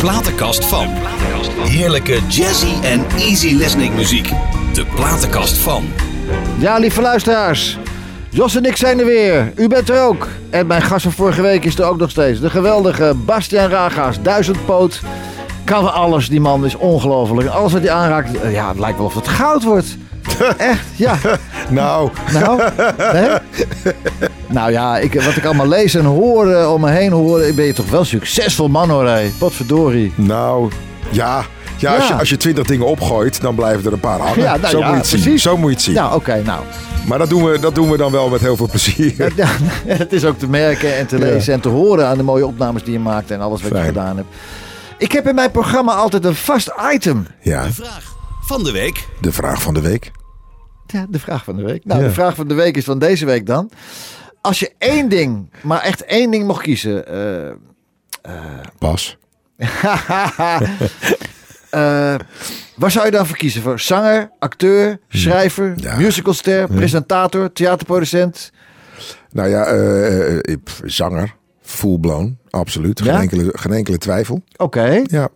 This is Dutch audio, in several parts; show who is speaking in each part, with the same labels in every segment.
Speaker 1: platenkast van. Heerlijke jazzy en easy listening muziek. De platenkast van.
Speaker 2: Ja, lieve luisteraars. Jos en ik zijn er weer. U bent er ook. En mijn gast van vorige week is er ook nog steeds. De geweldige Bastiaan Ragaas, duizendpoot. Kan alles, die man is ongelooflijk. Alles wat hij aanraakt, eh, ja, het lijkt wel of het goud wordt. Echt, ja.
Speaker 3: Nou,
Speaker 2: Nou, hè? nou ja, ik, wat ik allemaal lees en hoor eh, om me heen hoor, ben je toch wel succesvol man hoor, hé. Potverdorie.
Speaker 3: nou, ja. Ja, als
Speaker 2: Ja.
Speaker 3: je, als je twintig dingen opgooit, dan blijven er een paar hangen.
Speaker 2: Ja, nou
Speaker 3: Zo
Speaker 2: ja,
Speaker 3: moet je het zien.
Speaker 2: precies.
Speaker 3: Zo moet je het zien.
Speaker 2: Nou, oké, nou.
Speaker 3: Maar dat doen, we, dat doen we dan wel met heel veel plezier.
Speaker 2: Ja, het is ook te merken en te lezen en te horen aan de mooie opnames die je maakt en alles wat
Speaker 3: Fijn.
Speaker 2: je gedaan hebt. Ik heb in mijn programma altijd een vast item.
Speaker 3: Ja,
Speaker 1: De vraag van de week.
Speaker 3: de vraag van de week.
Speaker 2: Ja, de vraag van de week. Nou,
Speaker 3: Ja.
Speaker 2: de vraag van de week is van deze week dan. Als je één ding, maar echt één ding mocht kiezen. eh,
Speaker 3: Pas.
Speaker 2: eh, waar zou je dan voor kiezen? Voor zanger, acteur, schrijver,
Speaker 3: Ja.
Speaker 2: musicalster, presentator, theaterproducent?
Speaker 3: Nou ja, eh, eh, ik- zanger. Full blown. Absoluut. Geen,
Speaker 2: Ja?
Speaker 3: enkele, geen enkele twijfel.
Speaker 2: Oké.
Speaker 3: Ja.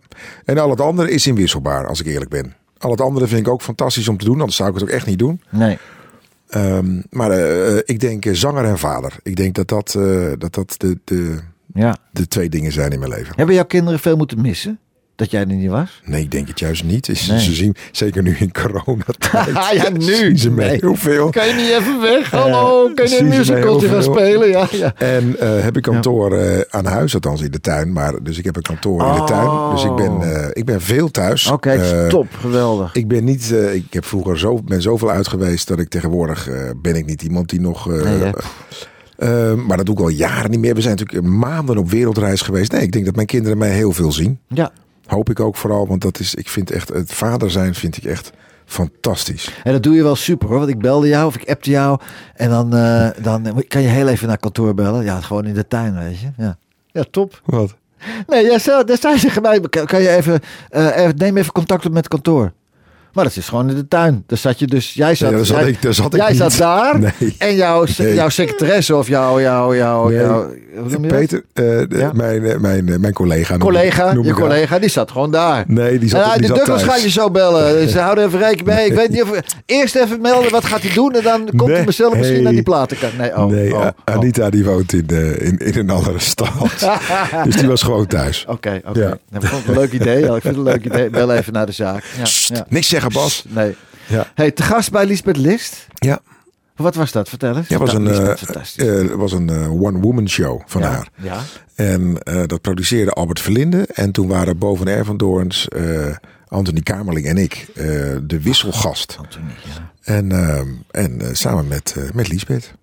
Speaker 3: En al het andere is inwisselbaar, als ik eerlijk ben. Al het andere vind ik ook fantastisch om te doen. Anders zou ik het ook echt niet doen.
Speaker 2: Nee.
Speaker 3: Ehm, maar eh, eh, ik denk eh, zanger en vader. Ik denk dat dat, eh, dat, dat de, de,
Speaker 2: Ja.
Speaker 3: de twee dingen zijn in mijn leven.
Speaker 2: Hebben jouw kinderen veel moeten missen? Dat jij er niet was?
Speaker 3: Nee, ik denk het juist niet. Is-
Speaker 2: Nee.
Speaker 3: Ze zien, zeker nu in coronatijd,
Speaker 2: Ja, nu.
Speaker 3: zien ze mee
Speaker 2: Nee.
Speaker 3: heel veel.
Speaker 2: Kan je niet even weg? Hallo, kan Eh, je
Speaker 3: precies,
Speaker 2: een
Speaker 3: maar
Speaker 2: musicaltje
Speaker 3: heel
Speaker 2: gaan
Speaker 3: veel.
Speaker 2: spelen? Ja, ja.
Speaker 3: En eh, heb ik kantoor eh, aan huis, althans in de tuin. Maar, dus ik heb een kantoor in de tuin. Dus ik ben, eh, ik ben veel thuis.
Speaker 2: Oh. Oké,
Speaker 3: Eh,
Speaker 2: top, Oh, geweldig.
Speaker 3: Ik ben niet, eh, ik heb vroeger zo, ben zoveel uit geweest dat ik tegenwoordig eh, ben ik niet iemand die nog. eh,
Speaker 2: Nee, hè?
Speaker 3: eh, maar dat doe ik al jaren niet meer. We zijn natuurlijk maanden op wereldreis geweest. Nee, ik denk dat mijn kinderen mij heel veel zien.
Speaker 2: Ja.
Speaker 3: Hoop ik ook vooral, want dat is, ik vind echt, het vader zijn vind ik echt fantastisch.
Speaker 2: En dat doe je wel super hoor. Want ik belde jou of ik appte jou. En dan, eh, dan kan je heel even naar kantoor bellen. Ja, gewoon in de tuin, weet je. Ja, ja top.
Speaker 3: Wat?
Speaker 2: Nee, ja, zo, daar zei ze tegen mij. Kan, kan je even, eh, even- neem even contact op met kantoor. Maar dat is gewoon in de tuin. Daar zat je dus. Jij zat,
Speaker 3: Nee, daar zat
Speaker 2: jij,
Speaker 3: ik- daar zat ik
Speaker 2: jij
Speaker 3: niet.
Speaker 2: zat daar.
Speaker 3: Nee.
Speaker 2: En jouw, se-
Speaker 3: Nee.
Speaker 2: jouw secretaresse of jouw. jouw, jouw,
Speaker 3: Nee.
Speaker 2: jouw hoe noem je dat?
Speaker 3: Peter, eh, de-
Speaker 2: Ja?
Speaker 3: mijn, eh, mijn, eh, mijn collega. noem ik-
Speaker 2: Collega,
Speaker 3: noem
Speaker 2: je
Speaker 3: ik haar.
Speaker 2: collega, die zat gewoon daar.
Speaker 3: Nee, die zat,
Speaker 2: En hij-
Speaker 3: die
Speaker 2: de
Speaker 3: zat
Speaker 2: Douglas
Speaker 3: thuis.
Speaker 2: gaat je zo bellen. Ze houden even rekening mee. Ik weet niet of... Eerst even melden, wat gaat hij doen? En dan komt
Speaker 3: Nee,
Speaker 2: hij mezelf misschien
Speaker 3: hey.
Speaker 2: naar die platenkast. Nee, oh.
Speaker 3: nee,
Speaker 2: oh,
Speaker 3: eh,
Speaker 2: oh.
Speaker 3: Anita die woont in, eh, in, in een andere stad. dus die was gewoon thuis.
Speaker 2: Oké, oké.
Speaker 3: Ja.
Speaker 2: Nou, ik vond het een leuk idee. Ja, ik vind het een leuk idee. Bel even naar de zaak. Ja,
Speaker 3: Sst,
Speaker 2: ja.
Speaker 3: Niks zeggen, Bas.
Speaker 2: Nee.
Speaker 3: Ja.
Speaker 2: Hey, te gast bij Lisbeth List.
Speaker 3: Ja.
Speaker 2: Wat was dat? Vertel eens.
Speaker 3: Ja, was
Speaker 2: Nou,
Speaker 3: een,
Speaker 2: Lisbeth,
Speaker 3: eh,
Speaker 2: fantastisch.
Speaker 3: eh, was een eh, one-woman show van
Speaker 2: ja,
Speaker 3: haar.
Speaker 2: Ja.
Speaker 3: En eh, dat produceerde Albert Verlinde. En toen waren boven R van Doorns, eh, Anthony Kamerling en ik eh, de wisselgast.
Speaker 2: Antonie, ja.
Speaker 3: En, eh, en eh, samen met, eh met Liesbeth.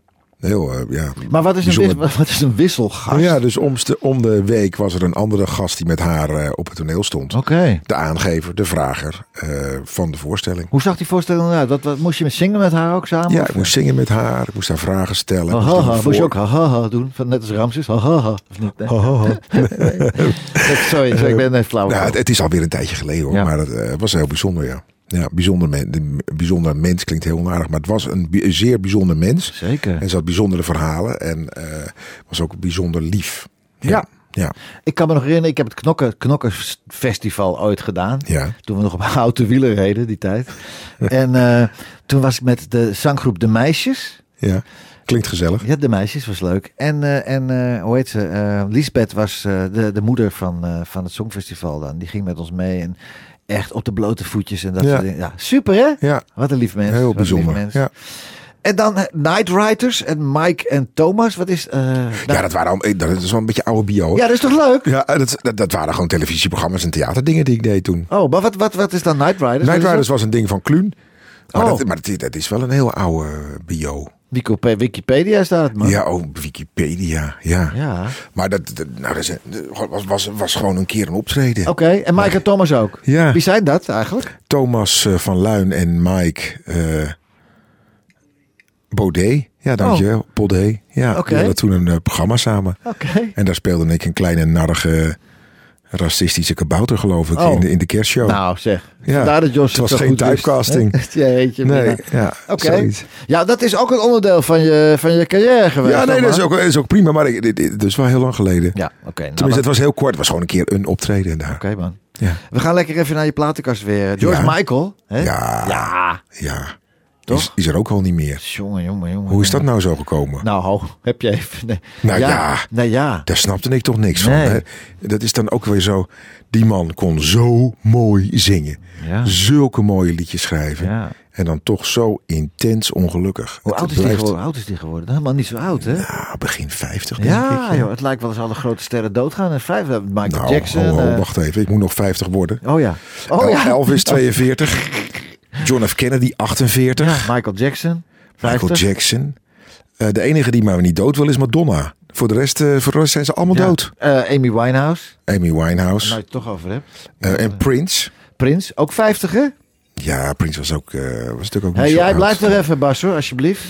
Speaker 3: Heel, eh, ja.
Speaker 2: Maar wat is, een
Speaker 3: Bijzonder.
Speaker 2: wis- wat is een wisselgast?
Speaker 3: Nou ja, dus om de, om de week was er een andere gast die met haar eh, op het toneel stond.
Speaker 2: Oké.
Speaker 3: De aangever, de vrager eh, van de voorstelling.
Speaker 2: Hoe zag die voorstelling eruit? Wat, wat, moest je met zingen met haar ook samen?
Speaker 3: Ja,
Speaker 2: Of-
Speaker 3: ik moest zingen met haar, ik moest haar vragen stellen. ik
Speaker 2: Ha,
Speaker 3: moest
Speaker 2: ha,
Speaker 3: haar
Speaker 2: ha.
Speaker 3: voor-
Speaker 2: Oh, Moest je ook ha, ha, ha doen? Van, net als Ramses. Ha, ha, ha. Of niet? Nee. Dat- Sorry, sorry, ik ben net flauw.
Speaker 3: Nou, het, het is alweer een tijdje geleden hoor,
Speaker 2: Ja.
Speaker 3: maar het eh, was heel bijzonder ja. Ja, bijzonder, men, de- bijzonder mens klinkt heel onaardig, maar het was een bi- een zeer bijzonder mens.
Speaker 2: Zeker.
Speaker 3: En ze had bijzondere verhalen en eh, was ook bijzonder lief.
Speaker 2: Ja.
Speaker 3: Ja,
Speaker 2: Ik kan me nog herinneren, ik heb het Knokken, Knokkersfestival ooit gedaan.
Speaker 3: ja.
Speaker 2: Toen we nog op houten wielen reden, die tijd. en eh, toen was ik met de zanggroep De Meisjes.
Speaker 3: ja. Klinkt gezellig.
Speaker 2: Ja, De Meisjes was leuk. En, eh, en eh, hoe heet ze? Eh Lisbeth was eh, de, de moeder van, eh, van het Songfestival dan. Die ging met ons mee en echt op de blote voetjes en dat
Speaker 3: Ja.
Speaker 2: soort dingen. Ja, super hè?
Speaker 3: Ja,
Speaker 2: Wat een lief mens. Wat
Speaker 3: heel
Speaker 2: een lief
Speaker 3: bijzonder.
Speaker 2: mens.
Speaker 3: Ja.
Speaker 2: En dan eh, Night Riders en Mike en Thomas. Wat is... eh,
Speaker 3: ja,
Speaker 2: nou-
Speaker 3: dat waren allemaal- dat is wel een beetje oude bio. hoor.
Speaker 2: ja, dat is toch leuk?
Speaker 3: Ja, dat, dat, dat waren gewoon televisieprogramma's en theaterdingen die ik deed toen.
Speaker 2: Oh, maar wat, wat, wat is dan Night Riders?
Speaker 3: Night
Speaker 2: Wat is
Speaker 3: Riders was een ding van Kluun. Maar,
Speaker 2: Oh.
Speaker 3: dat, maar dat, dat is wel een heel oude bio.
Speaker 2: dat? Wikipe- Wikipedia staat het, man.
Speaker 3: Ja, oh, Wikipedia. Ja.
Speaker 2: Ja.
Speaker 3: Maar dat, dat- nou, dat is- dat was, was, was gewoon een keer een optreden.
Speaker 2: Oké, en Mike en Thomas ook.
Speaker 3: Ja.
Speaker 2: Oh. Wie zijn dat eigenlijk?
Speaker 3: Thomas eh, van Luin en Mike eh Baudet. Ja, dankjewel. Baudet. Ja,
Speaker 2: Oh. Oké.
Speaker 3: die hadden toen een eh, programma samen.
Speaker 2: Oké.
Speaker 3: En daar speelde ik een kleine narrige racistische kabouter, geloof ik,
Speaker 2: Oh.
Speaker 3: in, de, in de kerstshow.
Speaker 2: Nou zeg,
Speaker 3: Ja,
Speaker 2: vandaar dat Jos
Speaker 3: het was
Speaker 2: zo
Speaker 3: geen
Speaker 2: goed wist,
Speaker 3: typecasting.
Speaker 2: hè? Jeetje,
Speaker 3: nee,
Speaker 2: mina.
Speaker 3: ja,
Speaker 2: Oké.
Speaker 3: zoiets.
Speaker 2: Ja, dat is ook een onderdeel van je, van je carrière geweest.
Speaker 3: Ja, nee,
Speaker 2: dan
Speaker 3: dat is,
Speaker 2: maar.
Speaker 3: ook, dat is ook prima, maar ik- dit- dit- dat is wel heel lang geleden.
Speaker 2: Ja, oké. nou,
Speaker 3: Tenminste,
Speaker 2: dan-
Speaker 3: het was heel kort. Het was gewoon een keer een optreden daar.
Speaker 2: Oké, man.
Speaker 3: Ja.
Speaker 2: We gaan lekker even naar je platenkast weer. George
Speaker 3: Ja.
Speaker 2: Michael. Hè?
Speaker 3: Ja, ja.
Speaker 2: Ja.
Speaker 3: Die Is,
Speaker 2: Toch?
Speaker 3: is er ook al niet meer.
Speaker 2: Jongen, jongen, jongen.
Speaker 3: Hoe is dat nou zo gekomen?
Speaker 2: Nou, ho, heb je even... Nee.
Speaker 3: Nou ja.
Speaker 2: Nou ja.
Speaker 3: Daar snapte ik toch niks
Speaker 2: Nee.
Speaker 3: van. Hè? Dat is dan ook weer zo. Die man kon zo mooi zingen.
Speaker 2: Ja.
Speaker 3: Zulke mooie liedjes schrijven.
Speaker 2: Ja.
Speaker 3: En dan toch zo intens ongelukkig.
Speaker 2: Hoe
Speaker 3: Het
Speaker 2: oud is, die
Speaker 3: blijft-
Speaker 2: geworden? oud is die geworden? Helemaal niet zo oud, hè?
Speaker 3: Nou, begin 50 denk ik.
Speaker 2: Ja, joh, het lijkt wel eens alle grote sterren doodgaan. En vijf, eh, Michael
Speaker 3: Nou,
Speaker 2: Jackson.
Speaker 3: ho, ho,
Speaker 2: eh,
Speaker 3: wacht even. Ik moet nog 50 worden.
Speaker 2: oh ja. Oh ja.
Speaker 3: Elvis 42. John F. Kennedy 48.
Speaker 2: Ja, Michael Jackson. 50.
Speaker 3: Michael Jackson. Eh, de enige die maar niet dood wil is Madonna. Voor de rest, eh, voor de rest zijn ze allemaal
Speaker 2: Ja.
Speaker 3: dood.
Speaker 2: Eh, Amy Winehouse.
Speaker 3: Amy Winehouse
Speaker 2: Nou, je het toch over hebt.
Speaker 3: eh, en Prince.
Speaker 2: Prins, ook 50 hè?
Speaker 3: Ja, Prince was ook eh, was natuurlijk ook.
Speaker 2: Hey,
Speaker 3: niet zo
Speaker 2: jij
Speaker 3: oud.
Speaker 2: blijft nog even, Bas, hoor, alsjeblieft.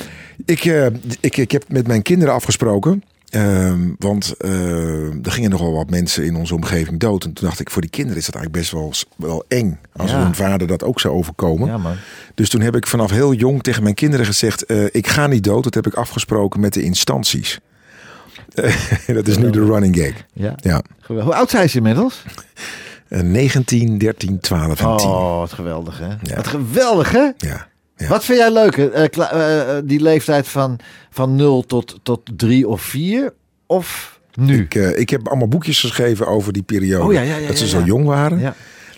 Speaker 3: Ik, eh, ik, ik heb met mijn kinderen afgesproken. ehm, want eh, er gingen nogal wat mensen in onze omgeving dood. En toen dacht ik, voor die kinderen is dat eigenlijk best wel, wel eng. Als
Speaker 2: Ja.
Speaker 3: hun vader dat ook zou overkomen.
Speaker 2: Ja, man.
Speaker 3: Dus toen heb ik vanaf heel jong tegen mijn kinderen gezegd: eh, ik ga niet dood. Dat heb ik afgesproken met de instanties. Eh, dat is nu de running gag.
Speaker 2: Ja.
Speaker 3: Ja.
Speaker 2: Geweldig. Hoe oud zijn ze inmiddels?
Speaker 3: Eh, 19, 13, 12 en 10.
Speaker 2: Oh, wat geweldig, hè? Wat geweldig, hè?
Speaker 3: Ja. Ja.
Speaker 2: Wat vind jij leuker? Eh, kla- eh, eh, die leeftijd van, van 0 tot, tot 3 of 4? Of nu?
Speaker 3: Ik, eh, ik heb allemaal boekjes geschreven over die periode.
Speaker 2: Oh, ja, ja, ja,
Speaker 3: dat ze
Speaker 2: ja,
Speaker 3: zo
Speaker 2: ja.
Speaker 3: jong waren.
Speaker 2: Ja.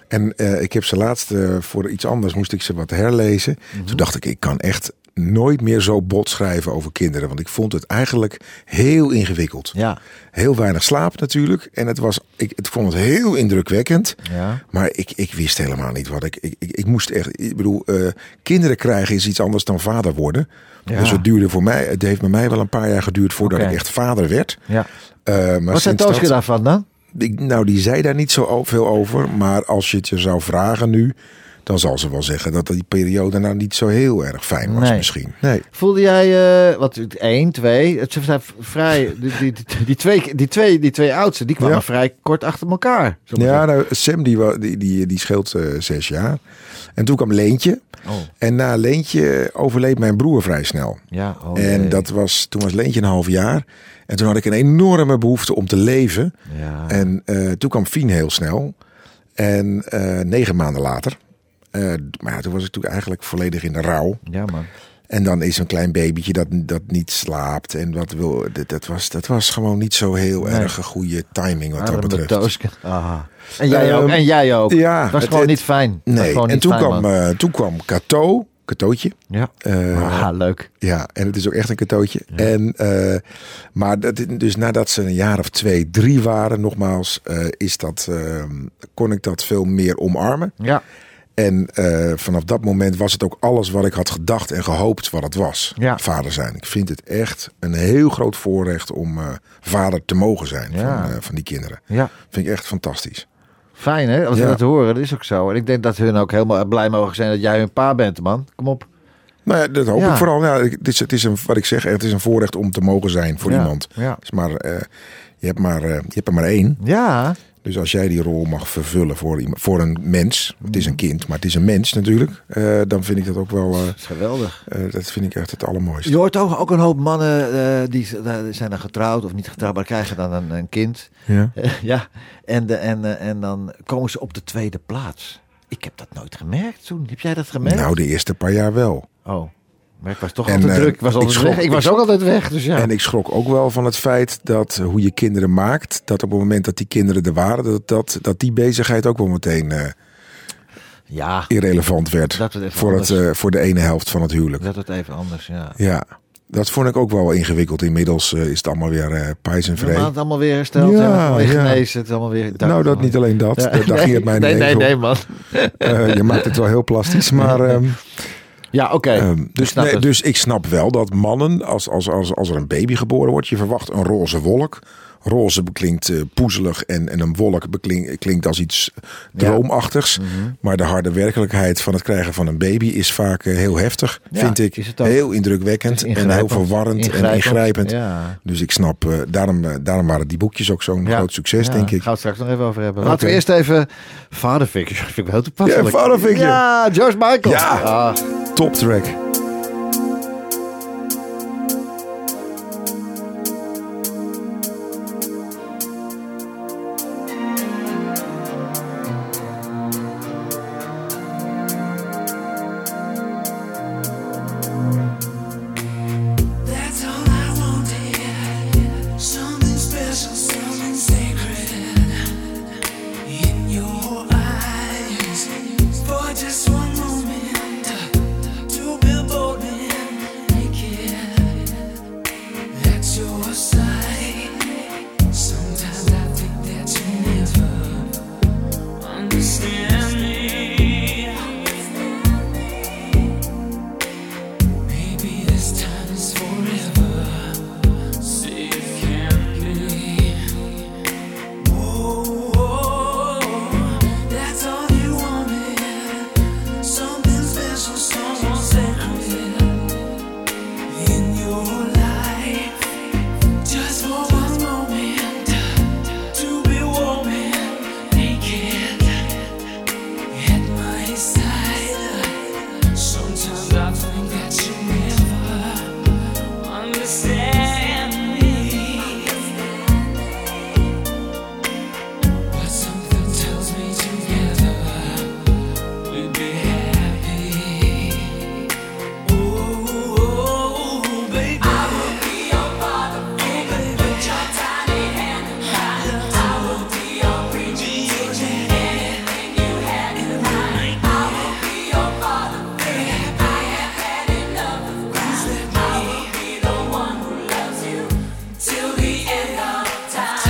Speaker 3: En eh, ik heb ze laatst eh, voor iets anders moest ik ze wat herlezen.
Speaker 2: Mhm.
Speaker 3: Toen dacht ik, ik kan echt nooit meer zo bot schrijven over kinderen. Want ik vond het eigenlijk heel ingewikkeld.
Speaker 2: Ja.
Speaker 3: Heel weinig slaap natuurlijk. En het was, ik het vond het heel indrukwekkend.
Speaker 2: Ja.
Speaker 3: Maar ik, ik wist helemaal niet wat ik. Ik, ik, ik moest echt. Ik bedoel, eh, kinderen krijgen is iets anders dan vader worden.
Speaker 2: Ja.
Speaker 3: Dus het duurde voor mij. Het heeft bij mij wel een paar jaar geduurd voordat
Speaker 2: Oké.
Speaker 3: ik echt vader werd.
Speaker 2: ja.
Speaker 3: Eh, maar
Speaker 2: Wat zijn
Speaker 3: sinds dat-
Speaker 2: Tooske daarvan dan?
Speaker 3: ik- nou, die zei daar niet zo o- veel over. Maar als je het je zou vragen nu, dan zal ze wel zeggen dat die periode nou niet zo heel erg fijn was
Speaker 2: Nee.
Speaker 3: misschien. Nee.
Speaker 2: Voelde jij, eh wat, 1, 2, het zijn v- vrij, die, die, die, die twee, die, twee, die twee oudsten, die kwamen
Speaker 3: Ja.
Speaker 2: vrij kort achter elkaar. zullen we
Speaker 3: Ja, nou, Sam die, wa- die, die, die scheelt eh, zes jaar. En toen kwam Leentje.
Speaker 2: zeggen. Oh,
Speaker 3: En na Leentje overleed mijn broer vrij snel.
Speaker 2: ja. Oh,
Speaker 3: en
Speaker 2: jee.
Speaker 3: dat was, toen was Leentje een half jaar. En toen had ik een enorme behoefte om te leven.
Speaker 2: Ja.
Speaker 3: En eh, toen kwam Fien heel snel. En eh, negen maanden later. eh, maar ja, toen was ik toen eigenlijk volledig in de rouw.
Speaker 2: ja, man.
Speaker 3: En dan is een klein babytje dat, dat niet slaapt. En wat wil, dat, dat, was, dat was gewoon niet zo heel
Speaker 2: Nee.
Speaker 3: erg een goede timing wat dat
Speaker 2: Arme
Speaker 3: betreft.
Speaker 2: Tooske. Ah. En jij
Speaker 3: Ehm,
Speaker 2: ook. En jij ook.
Speaker 3: ja,
Speaker 2: het was
Speaker 3: het-
Speaker 2: gewoon
Speaker 3: het-
Speaker 2: niet fijn. Het was
Speaker 3: Nee,
Speaker 2: gewoon
Speaker 3: en
Speaker 2: niet
Speaker 3: toen
Speaker 2: fijn,
Speaker 3: kwam,
Speaker 2: man.
Speaker 3: eh, toen kwam Cato, Catootje.
Speaker 2: ja.
Speaker 3: Eh,
Speaker 2: ah, leuk.
Speaker 3: Ja, en het is ook echt een cadeautje. En, eh, maar dat, dus nadat ze een jaar of twee, drie waren, nogmaals, eh, is dat, eh, kon ik dat veel meer omarmen.
Speaker 2: Ja,
Speaker 3: En eh, vanaf dat moment was het ook alles wat ik had gedacht en gehoopt wat het was.
Speaker 2: Ja.
Speaker 3: Vader zijn. Ik vind het echt een heel groot voorrecht om eh, vader te mogen zijn
Speaker 2: Ja.
Speaker 3: van, eh, van die kinderen.
Speaker 2: ja.
Speaker 3: Vind ik echt fantastisch.
Speaker 2: Fijn hè, als we
Speaker 3: Ja.
Speaker 2: dat horen. Dat is ook zo. En ik denk dat hun ook helemaal blij mogen zijn dat jij hun pa bent, man. Kom op.
Speaker 3: Nou ja, dat hoop
Speaker 2: Ja.
Speaker 3: ik vooral. Ja, ik- het, is, het is een, wat ik zeg, het is een voorrecht om te mogen zijn voor
Speaker 2: Ja,
Speaker 3: iemand.
Speaker 2: ja.
Speaker 3: Dus maar, eh, je, hebt maar, eh, je hebt er maar één.
Speaker 2: Ja,
Speaker 3: Dus als jij die rol mag vervullen voor, iemand- voor een mens, het is een kind, maar het is een mens natuurlijk, eh, dan vind ik dat ook wel, eh,
Speaker 2: dat is geweldig.
Speaker 3: eh, dat vind ik echt het allermooiste.
Speaker 2: Je hoort ook, ook een hoop mannen eh, die z- eh, zijn dan getrouwd of niet getrouwd, maar krijgen dan een, een kind.
Speaker 3: Ja.
Speaker 2: Eh, ja, en, de, en, eh, en dan komen ze op de tweede plaats. Ik heb dat nooit gemerkt toen. Heb jij dat gemerkt?
Speaker 3: Nou, de eerste paar jaar wel.
Speaker 2: Oh, maar ik was toch
Speaker 3: En,
Speaker 2: altijd
Speaker 3: eh,
Speaker 2: druk. Ik was
Speaker 3: ik
Speaker 2: altijd
Speaker 3: schrok-
Speaker 2: weg. Ik
Speaker 3: ik
Speaker 2: was ook altijd weg, dus ja.
Speaker 3: En ik schrok ook wel van het feit dat hoe je kinderen maakt, dat op het moment dat die kinderen er waren, dat, dat, dat die bezigheid ook wel meteen eh,
Speaker 2: ja,
Speaker 3: irrelevant werd
Speaker 2: Dat het even
Speaker 3: voor, het,
Speaker 2: anders-
Speaker 3: eh, voor de ene helft van het huwelijk.
Speaker 2: dat wordt even anders, ja.
Speaker 3: Ja, dat vond ik ook wel ingewikkeld. Inmiddels eh, is het allemaal weer eh pijs en
Speaker 2: Normaal
Speaker 3: vrij.
Speaker 2: het allemaal weer hersteld,
Speaker 3: Ja,
Speaker 2: hebben, allemaal weer
Speaker 3: ja.
Speaker 2: genezen, het allemaal weer...
Speaker 3: Nou, dat niet alleen dat.
Speaker 2: Ja,
Speaker 3: Daar ging het mij
Speaker 2: nee,
Speaker 3: niet
Speaker 2: nee,
Speaker 3: eens om.
Speaker 2: nee, man.
Speaker 3: Eh, je maakt het wel heel plastisch, maar ehm,
Speaker 2: Ja, oké.
Speaker 3: Ehm,
Speaker 2: Ik
Speaker 3: dus,
Speaker 2: snap
Speaker 3: nee,
Speaker 2: het.
Speaker 3: dus ik snap wel dat mannen, als, als, als, als er een baby geboren wordt, je verwacht een roze wolk. Roze beklinkt eh, poezelig en, en een wolk beklink, klinkt als iets droomachtigs.
Speaker 2: Mhm.
Speaker 3: Maar de harde werkelijkheid van het krijgen van een baby is vaak eh, heel heftig,
Speaker 2: Ja,
Speaker 3: vind ik.
Speaker 2: is het ook.
Speaker 3: Heel indrukwekkend en heel
Speaker 2: ingrijpend.
Speaker 3: verwarrend en ingrijpend.
Speaker 2: Ja.
Speaker 3: Dus ik snap, eh, daarom, eh, daarom waren die boekjes ook zo'n
Speaker 2: Ja.
Speaker 3: groot succes,
Speaker 2: Ja,
Speaker 3: denk ik.
Speaker 2: Gaan we het straks nog even over hebben. Laten we
Speaker 3: Oké.
Speaker 2: eerst even vaderfigure. Vind ik wel heel toepasselijk.
Speaker 3: Ja, vaderfigure.
Speaker 2: Ja, George Michael.
Speaker 3: Ja.
Speaker 2: Ah,
Speaker 3: Top track.
Speaker 4: That's all I want to hear. Something special, something sacred in your eyes. For just one moment, to be bold and naked at your side. Sometimes I think that you never understand me. Maybe this time is forever. See if it can be. Whoa, that's all you wanted. Something special, someone sacred in your life. Just for one moment, to be warm and naked at my side. Sometimes I think that you never understand me. But something tells me together we'd be happy. Ooh, baby. I will be your father, baby. Put your tiny hand in mine. I will be your preacher, teacher, anything you had in mind. I will be your father, baby. I have had enough of crime. I will be the one who loves you till the end of time.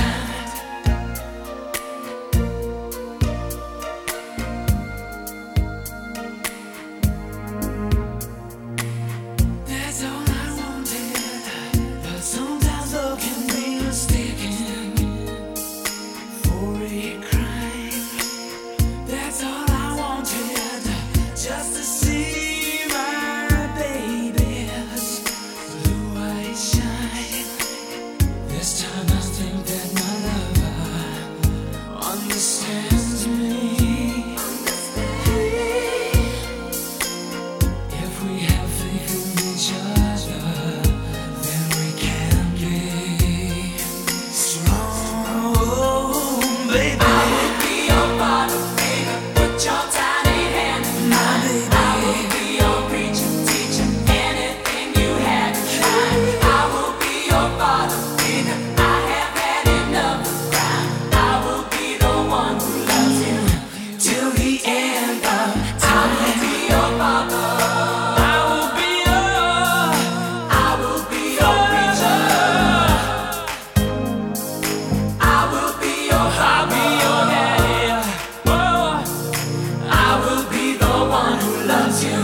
Speaker 4: That's all I wanted. But sometimes love can be mistaken for a crime. That's all I wanted. Just to see my baby's blue eyes shine. This time I think that my lover understands me. If we have faith in each other, then we can be strong, baby. I will be your father, baby. Put your tiny hand in mine. I will be your preacher, teacher, anything you had in mind. I will be your father, baby. I have had enough of crime. I will be the one who loves you till the end of time. I will be your father. I will be your. I will be your preacher. I will be your I'll be your daddy. Whoa. I will be the one who loves you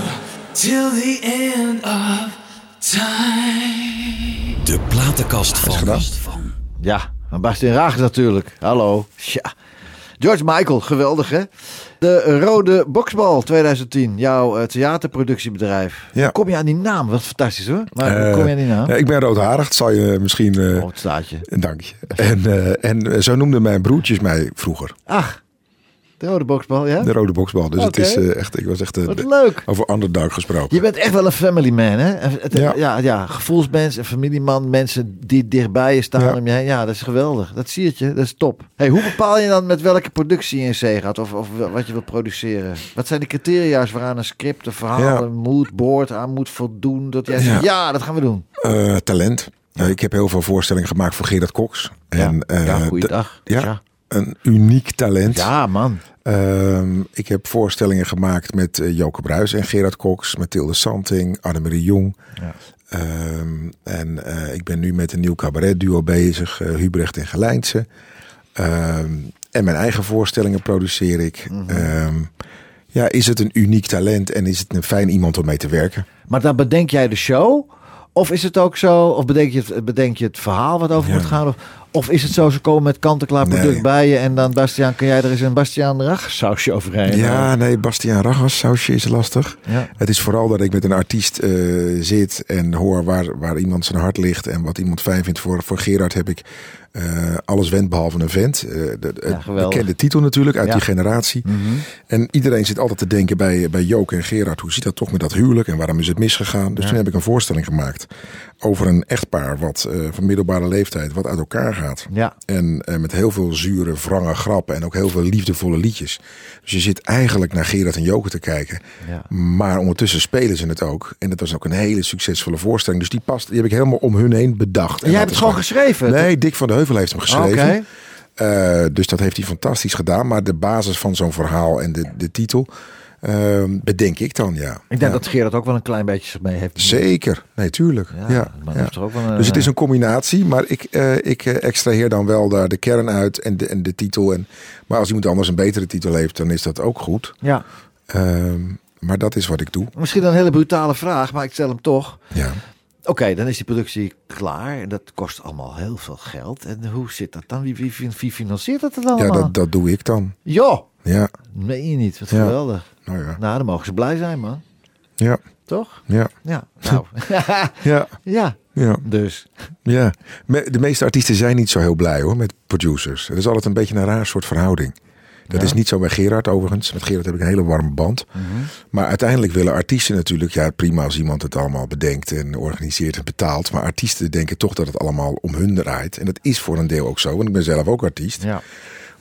Speaker 4: till the end of time.
Speaker 1: De platenkast van.
Speaker 3: gedaan.
Speaker 2: ja. En Bastien Raag natuurlijk. Hallo. Ja. George Michael, geweldig hè? De Rode Boksbal 2010, jouw eh, theaterproductiebedrijf.
Speaker 3: Ja.
Speaker 2: Hoe Kom je aan die naam? Wat fantastisch hoor. Maar hoe
Speaker 3: Eh,
Speaker 2: kom je aan die naam?
Speaker 3: ja, ik ben roodharig, dat zal je misschien... eh,
Speaker 2: Oh, het staat je.
Speaker 3: Dank je. En, eh, en zo noemden mijn broertjes mij vroeger.
Speaker 2: Ach, de Rode Boksbal, ja?
Speaker 3: De rode boksbal. Dus
Speaker 2: Oké.
Speaker 3: het is eh, echt, ik was echt eh,
Speaker 2: Wat leuk.
Speaker 3: over underdog gesproken.
Speaker 2: Je bent echt wel een family man, hè? En het- ja.
Speaker 3: Ja.
Speaker 2: Ja, gevoelsmens, een familieman, mensen die dichtbij je staan
Speaker 3: Ja.
Speaker 2: om je heen. Ja, dat is geweldig. Dat zie het je, dat is top. Hey, hoe bepaal je dan met welke productie je in zee gaat of, of wat je wil produceren? Wat zijn de criteria's waaraan een script, een verhaal,
Speaker 3: Ja.
Speaker 2: een mood board aan moet voldoen? Dat jij zegt,
Speaker 3: Ja.
Speaker 2: ja, dat gaan we doen.
Speaker 3: Eh, talent. Eh, ik heb heel veel voorstellingen gemaakt voor Gerard Cox. En,
Speaker 2: ja,
Speaker 3: eh,
Speaker 2: ja,
Speaker 3: d-
Speaker 2: goeiedag.
Speaker 3: ja.
Speaker 2: ja.
Speaker 3: Een uniek talent.
Speaker 2: Ja, man.
Speaker 3: Ehm, ik heb voorstellingen gemaakt met eh, Joke Bruis en Gerard Cox, Mathilde Santing, Annemarie Jong.
Speaker 2: Ja.
Speaker 3: Ehm, en eh, ik ben nu met een nieuw cabaretduo bezig, eh, Hubrecht en Gelijnse. Ehm, en mijn eigen voorstellingen produceer ik. Ehm, ja, is het een uniek talent en is het een fijn iemand om mee te werken?
Speaker 2: Maar dan bedenk jij de show? Of is het ook zo? Of bedenk je het, bedenk je het verhaal wat over
Speaker 3: Ja.
Speaker 2: moet gaan? Of, of is het zo, ze komen met kant-en-klaar
Speaker 3: Nee.
Speaker 2: product bij je... en dan, Bastiaan, kun jij er eens een Bastiaan Rach sausje overheen?
Speaker 3: Ja, nee, Bastiaan Ragas sausje is lastig.
Speaker 2: Ja.
Speaker 3: Het is vooral dat ik met een artiest eh, zit en hoor waar, waar iemand zijn hart ligt en wat iemand fijn vindt. Voor, voor Gerard heb ik eh, alles wend behalve een vent. Eh, de- de, het
Speaker 2: geweldig.
Speaker 3: bekende titel natuurlijk uit
Speaker 2: Ja. Mhm.
Speaker 3: die generatie. En iedereen zit altijd te denken bij, bij Joke en Gerard. Hoe zit dat toch met dat huwelijk en waarom is het misgegaan? Dus toen heb ik een voorstelling gemaakt over een echtpaar wat eh, van middelbare leeftijd wat uit elkaar gaat.
Speaker 2: Ja.
Speaker 3: En eh, met heel veel zure, wrange grappen en ook heel veel liefdevolle liedjes. Dus je zit eigenlijk naar Gerard en Joker te kijken.
Speaker 2: Ja.
Speaker 3: Maar ondertussen spelen ze het ook. En dat was ook een hele succesvolle voorstelling. Dus die, past, die heb ik helemaal om hun heen bedacht.
Speaker 2: En jij hebt het gewoon geschreven?
Speaker 3: Nee, Dick van de Heuvel heeft hem geschreven.
Speaker 2: Oké.
Speaker 3: Eh, dus dat heeft hij fantastisch gedaan. Maar de basis van zo'n verhaal en de, de titel eh, bedenk ik dan, ja.
Speaker 2: Ik denk dat Gerard ook wel een klein beetje zich mee heeft.
Speaker 3: Zeker, nee, tuurlijk.
Speaker 2: Ja,
Speaker 3: Ja,
Speaker 2: de man
Speaker 3: ja.
Speaker 2: heeft er ook wel een- eh,
Speaker 3: dus het is een combinatie, maar ik, eh, ik eh, extraheer dan wel daar de kern uit en de, en de titel. En, maar als iemand anders een betere titel heeft, dan is dat ook goed.
Speaker 2: Ja,
Speaker 3: Ehm, maar dat is wat ik doe.
Speaker 2: misschien een hele brutale vraag, maar ik stel hem toch.
Speaker 3: Ja.
Speaker 2: Oké, dan is die productie klaar en dat kost allemaal heel veel geld. En hoe zit dat dan? Wie, wie, wie- wie financiert dat dan
Speaker 3: Ja,
Speaker 2: allemaal?
Speaker 3: dat, dat doe ik dan.
Speaker 2: Jo,
Speaker 3: Ja,
Speaker 2: meen je niet. Wat
Speaker 3: Ja.
Speaker 2: geweldig.
Speaker 3: nou ja.
Speaker 2: Nou, dan mogen ze blij zijn, man.
Speaker 3: Ja,
Speaker 2: Toch?
Speaker 3: ja,
Speaker 2: Ja, nou.
Speaker 3: ja,
Speaker 2: ja,
Speaker 3: ja.
Speaker 2: dus.
Speaker 3: ja. Me- De meeste artiesten zijn niet zo heel blij hoor met producers. Het is altijd een beetje een raar soort verhouding. Dat is niet zo bij Gerard overigens. Met Gerard heb ik een hele warme band.
Speaker 2: Mhm.
Speaker 3: Maar uiteindelijk willen artiesten natuurlijk... Ja, prima als iemand het allemaal bedenkt en organiseert en betaalt. Maar artiesten denken toch dat het allemaal om hun draait. En dat is voor een deel ook zo, want ik ben zelf ook artiest.
Speaker 2: Ja.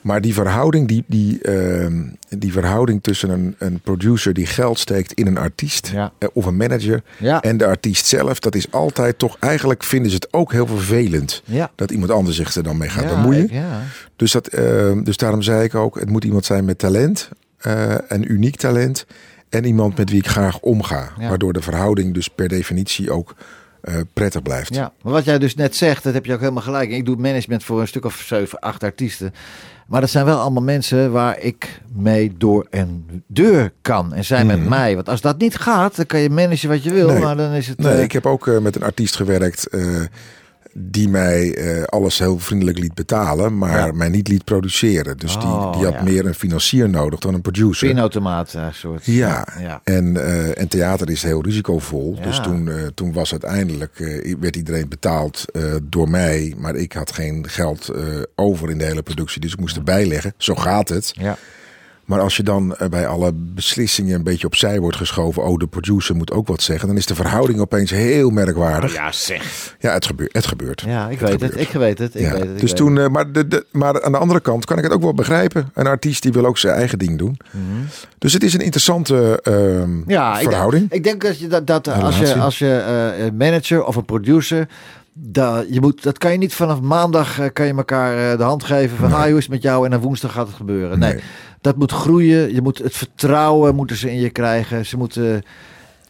Speaker 3: Maar die verhouding, die, die, ehm, die verhouding tussen een, een producer die geld steekt in een artiest
Speaker 2: Ja.
Speaker 3: eh, of een manager
Speaker 2: Ja.
Speaker 3: en de artiest zelf, dat is altijd toch eigenlijk vinden ze het ook heel vervelend
Speaker 2: Ja.
Speaker 3: dat iemand anders zich er dan mee gaat
Speaker 2: ja,
Speaker 3: bemoeien.
Speaker 2: ik- ja.
Speaker 3: Dus, dat, ehm, dus daarom zei ik ook, het moet iemand zijn met talent, eh een uniek talent en iemand met wie ik graag omga,
Speaker 2: Ja.
Speaker 3: waardoor de verhouding dus per definitie ook eh, prettig blijft.
Speaker 2: Ja, maar wat jij dus net zegt, dat heb je ook helemaal gelijk. Ik doe management voor een stuk of zeven, acht artiesten. Maar dat zijn wel allemaal mensen waar ik mee door een deur kan. En zij met mij. Want als dat niet gaat, dan kan je managen wat je wil.
Speaker 3: Mhm. Nee.
Speaker 2: Maar dan is het...
Speaker 3: Nee,
Speaker 2: eh,
Speaker 3: ik heb ook eh, met een artiest gewerkt eh, die mij eh, alles heel vriendelijk liet betalen, maar
Speaker 2: Ja.
Speaker 3: mij niet liet produceren. Dus
Speaker 2: Oh,
Speaker 3: die, die had
Speaker 2: ja.
Speaker 3: meer een financier nodig dan een producer.
Speaker 2: pinautomaat, eh, soort.
Speaker 3: Ja,
Speaker 2: ja.
Speaker 3: En, eh, en theater is heel risicovol.
Speaker 2: Ja.
Speaker 3: Dus toen, eh, toen was uiteindelijk, eh, werd iedereen betaald eh, door mij. Maar ik had geen geld eh, over in de hele productie. Dus ik moest erbij leggen. Zo gaat het.
Speaker 2: Ja.
Speaker 3: Maar als je dan eh, bij alle beslissingen een beetje opzij wordt geschoven. Oh, de producer moet ook wat zeggen. Dan is de verhouding opeens heel merkwaardig.
Speaker 2: Oh ja, zeg.
Speaker 3: Ja, het, gebeurt. het gebeurt.
Speaker 2: Ja, ik weet het.
Speaker 3: gebeurt.
Speaker 2: Ik weet het. Ik
Speaker 3: Ja,
Speaker 2: weet het ik
Speaker 3: dus
Speaker 2: weet
Speaker 3: toen, eh, maar, de, de- maar aan de andere kant kan ik het ook wel begrijpen. Een artiest die wil ook zijn eigen ding doen. Dus het is een interessante ehm,
Speaker 2: Mhm. Ja, ik-
Speaker 3: verhouding.
Speaker 2: Ik, denk dat, je, dat, dat eh, als je,
Speaker 3: Relatie.
Speaker 2: als je eh, een manager of een producer. Da, je moet, dat kan je niet vanaf maandag eh, kan je elkaar eh, de hand geven van ah, hoe is het met jou en dan woensdag gaat het gebeuren. Nee,
Speaker 3: Nee.
Speaker 2: dat moet groeien. Je moet het vertrouwen moeten ze in je krijgen. Ze moeten,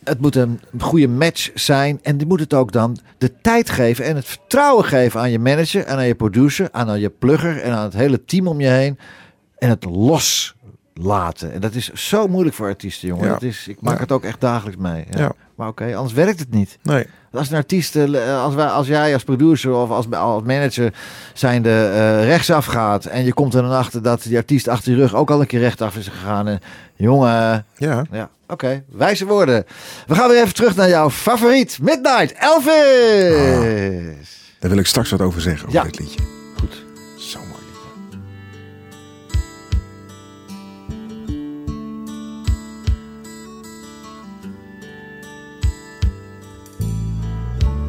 Speaker 2: het moet een goede match zijn en die moet het ook dan de tijd geven en het vertrouwen geven aan je manager en aan je producer, aan, aan je plugger en aan het hele team om je heen en het loslaten. En dat is zo moeilijk voor artiesten, jongen.
Speaker 3: Ja.
Speaker 2: Dat is, Dus ik maak
Speaker 3: Ja.
Speaker 2: het ook echt dagelijks mee. Ja.
Speaker 3: Ja.
Speaker 2: Maar oké, anders werkt het niet.
Speaker 3: Nee.
Speaker 2: Want Als een artiest, eh, als, wij, als jij als producer of als, als manager zijnde eh rechtsaf gaat... en je komt er dan achter dat die artiest achter je rug ook al een keer rechtaf is gegaan... En, jongen,
Speaker 3: Ja.
Speaker 2: ja, oké, wijze woorden. We gaan weer even terug naar jouw favoriet, Midnight Elvis.
Speaker 3: Daar wil ik straks wat over zeggen, over
Speaker 2: Ja.
Speaker 3: dit liedje.
Speaker 2: Goed.
Speaker 3: Zo mooi liedje.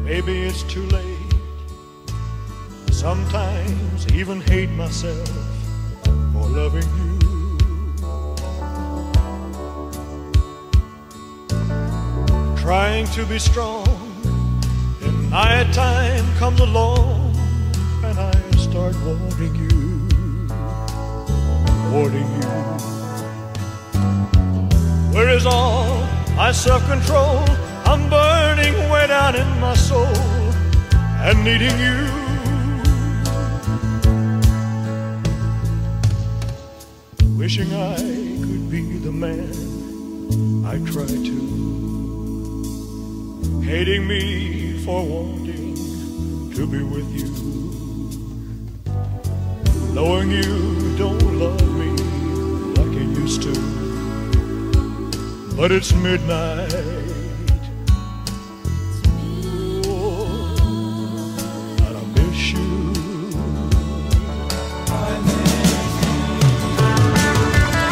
Speaker 5: Maybe it's too late. Sometimes I even hate myself for loving you. Trying to be strong, then nighttime comes along and I start wanting you, wanting you. Where is all my self control? I'm burning way down in my soul and needing you. Wishing I could be the the man I try to. Hating me for wanting to be with you. Knowing you don't love me like you used to. But it's midnight. Ooh, Oh, and I miss you.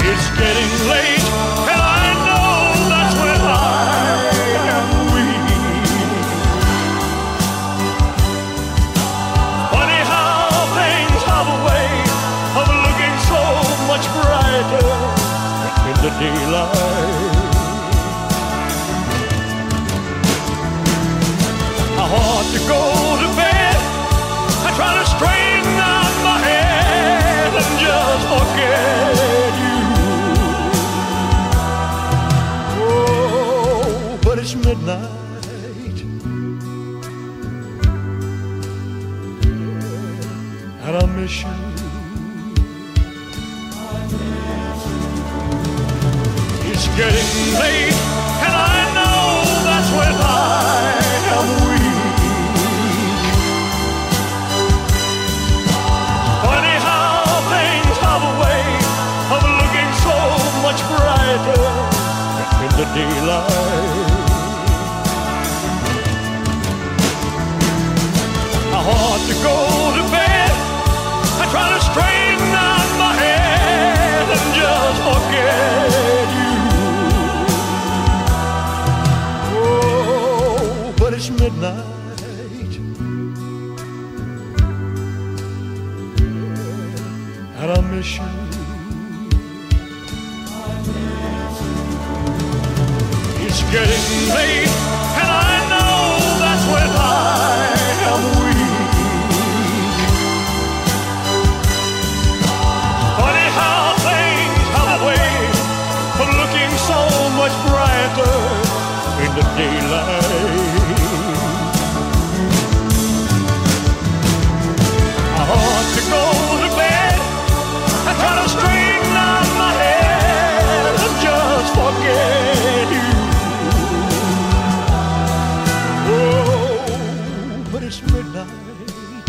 Speaker 5: It's getting late, and I know that's when I am weak. Funny how things have a way of looking so much brighter in the daylight. I want to go to bed. I try to straighten out my head and just forget you. Oh, but it's midnight. And I miss you. It's getting late, and I know that's when I am weak. Funny how things have a way of looking so much brighter in the daylight. I want to go to bed. I try to straighten out my head and just forget you. Oh, but it's midnight. and I miss you. It's getting late, and I know that's when I am weak. Funny how things have a way of looking so much brighter in the daylight. I ought to go to bed. I try to straighten out my head and just forget you. Oh, but it's midnight,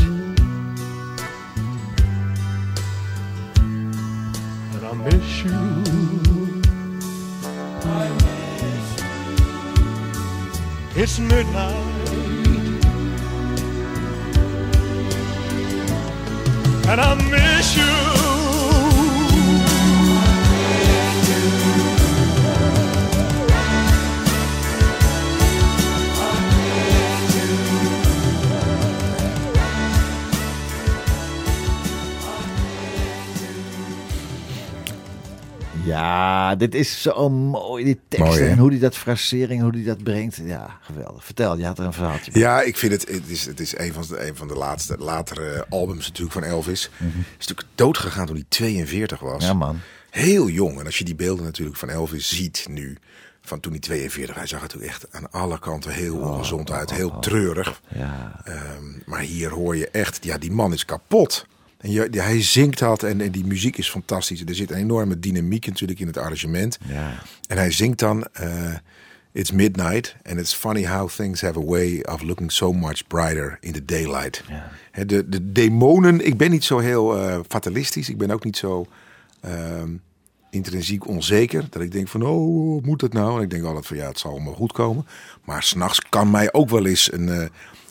Speaker 5: and I miss you. It's midnight. and I miss you.
Speaker 2: Ja, dit is zo mooi, die tekst
Speaker 3: Mooi, hè?
Speaker 2: en hoe die dat frasering, hoe die dat brengt. Ja, geweldig. Vertel, je had er een verhaaltje bij.
Speaker 3: Ja, ik vind het. Het is, het is een, van de, een van de laatste, latere albums natuurlijk van Elvis. Is natuurlijk doodgegaan toen hij 42 was.
Speaker 2: Mhm. Ja, man.
Speaker 3: Heel jong. En als je die beelden natuurlijk van Elvis ziet nu. Van toen hij 42, hij zag het toen echt aan alle kanten heel
Speaker 2: Oh,
Speaker 3: ongezond uit, heel treurig.
Speaker 2: Ja.
Speaker 3: Ehm, maar hier hoor je echt, ja, die man is kapot. En je, die- hij zingt dat en, en die muziek is fantastisch. Er zit een enorme dynamiek natuurlijk in het arrangement.
Speaker 2: Ja.
Speaker 3: En hij zingt dan: eh, It's midnight and it's funny how things have a way of looking so much brighter in the daylight. Hè, de, de demonen, ik ben niet zo heel eh, fatalistisch. Ik ben ook niet zo ehm, intrinsiek onzeker. Dat ik denk van, oh, hoe moet dat nou? En ik denk altijd van, ja, het zal allemaal goed komen. Maar s'nachts kan mij ook wel eens een, eh,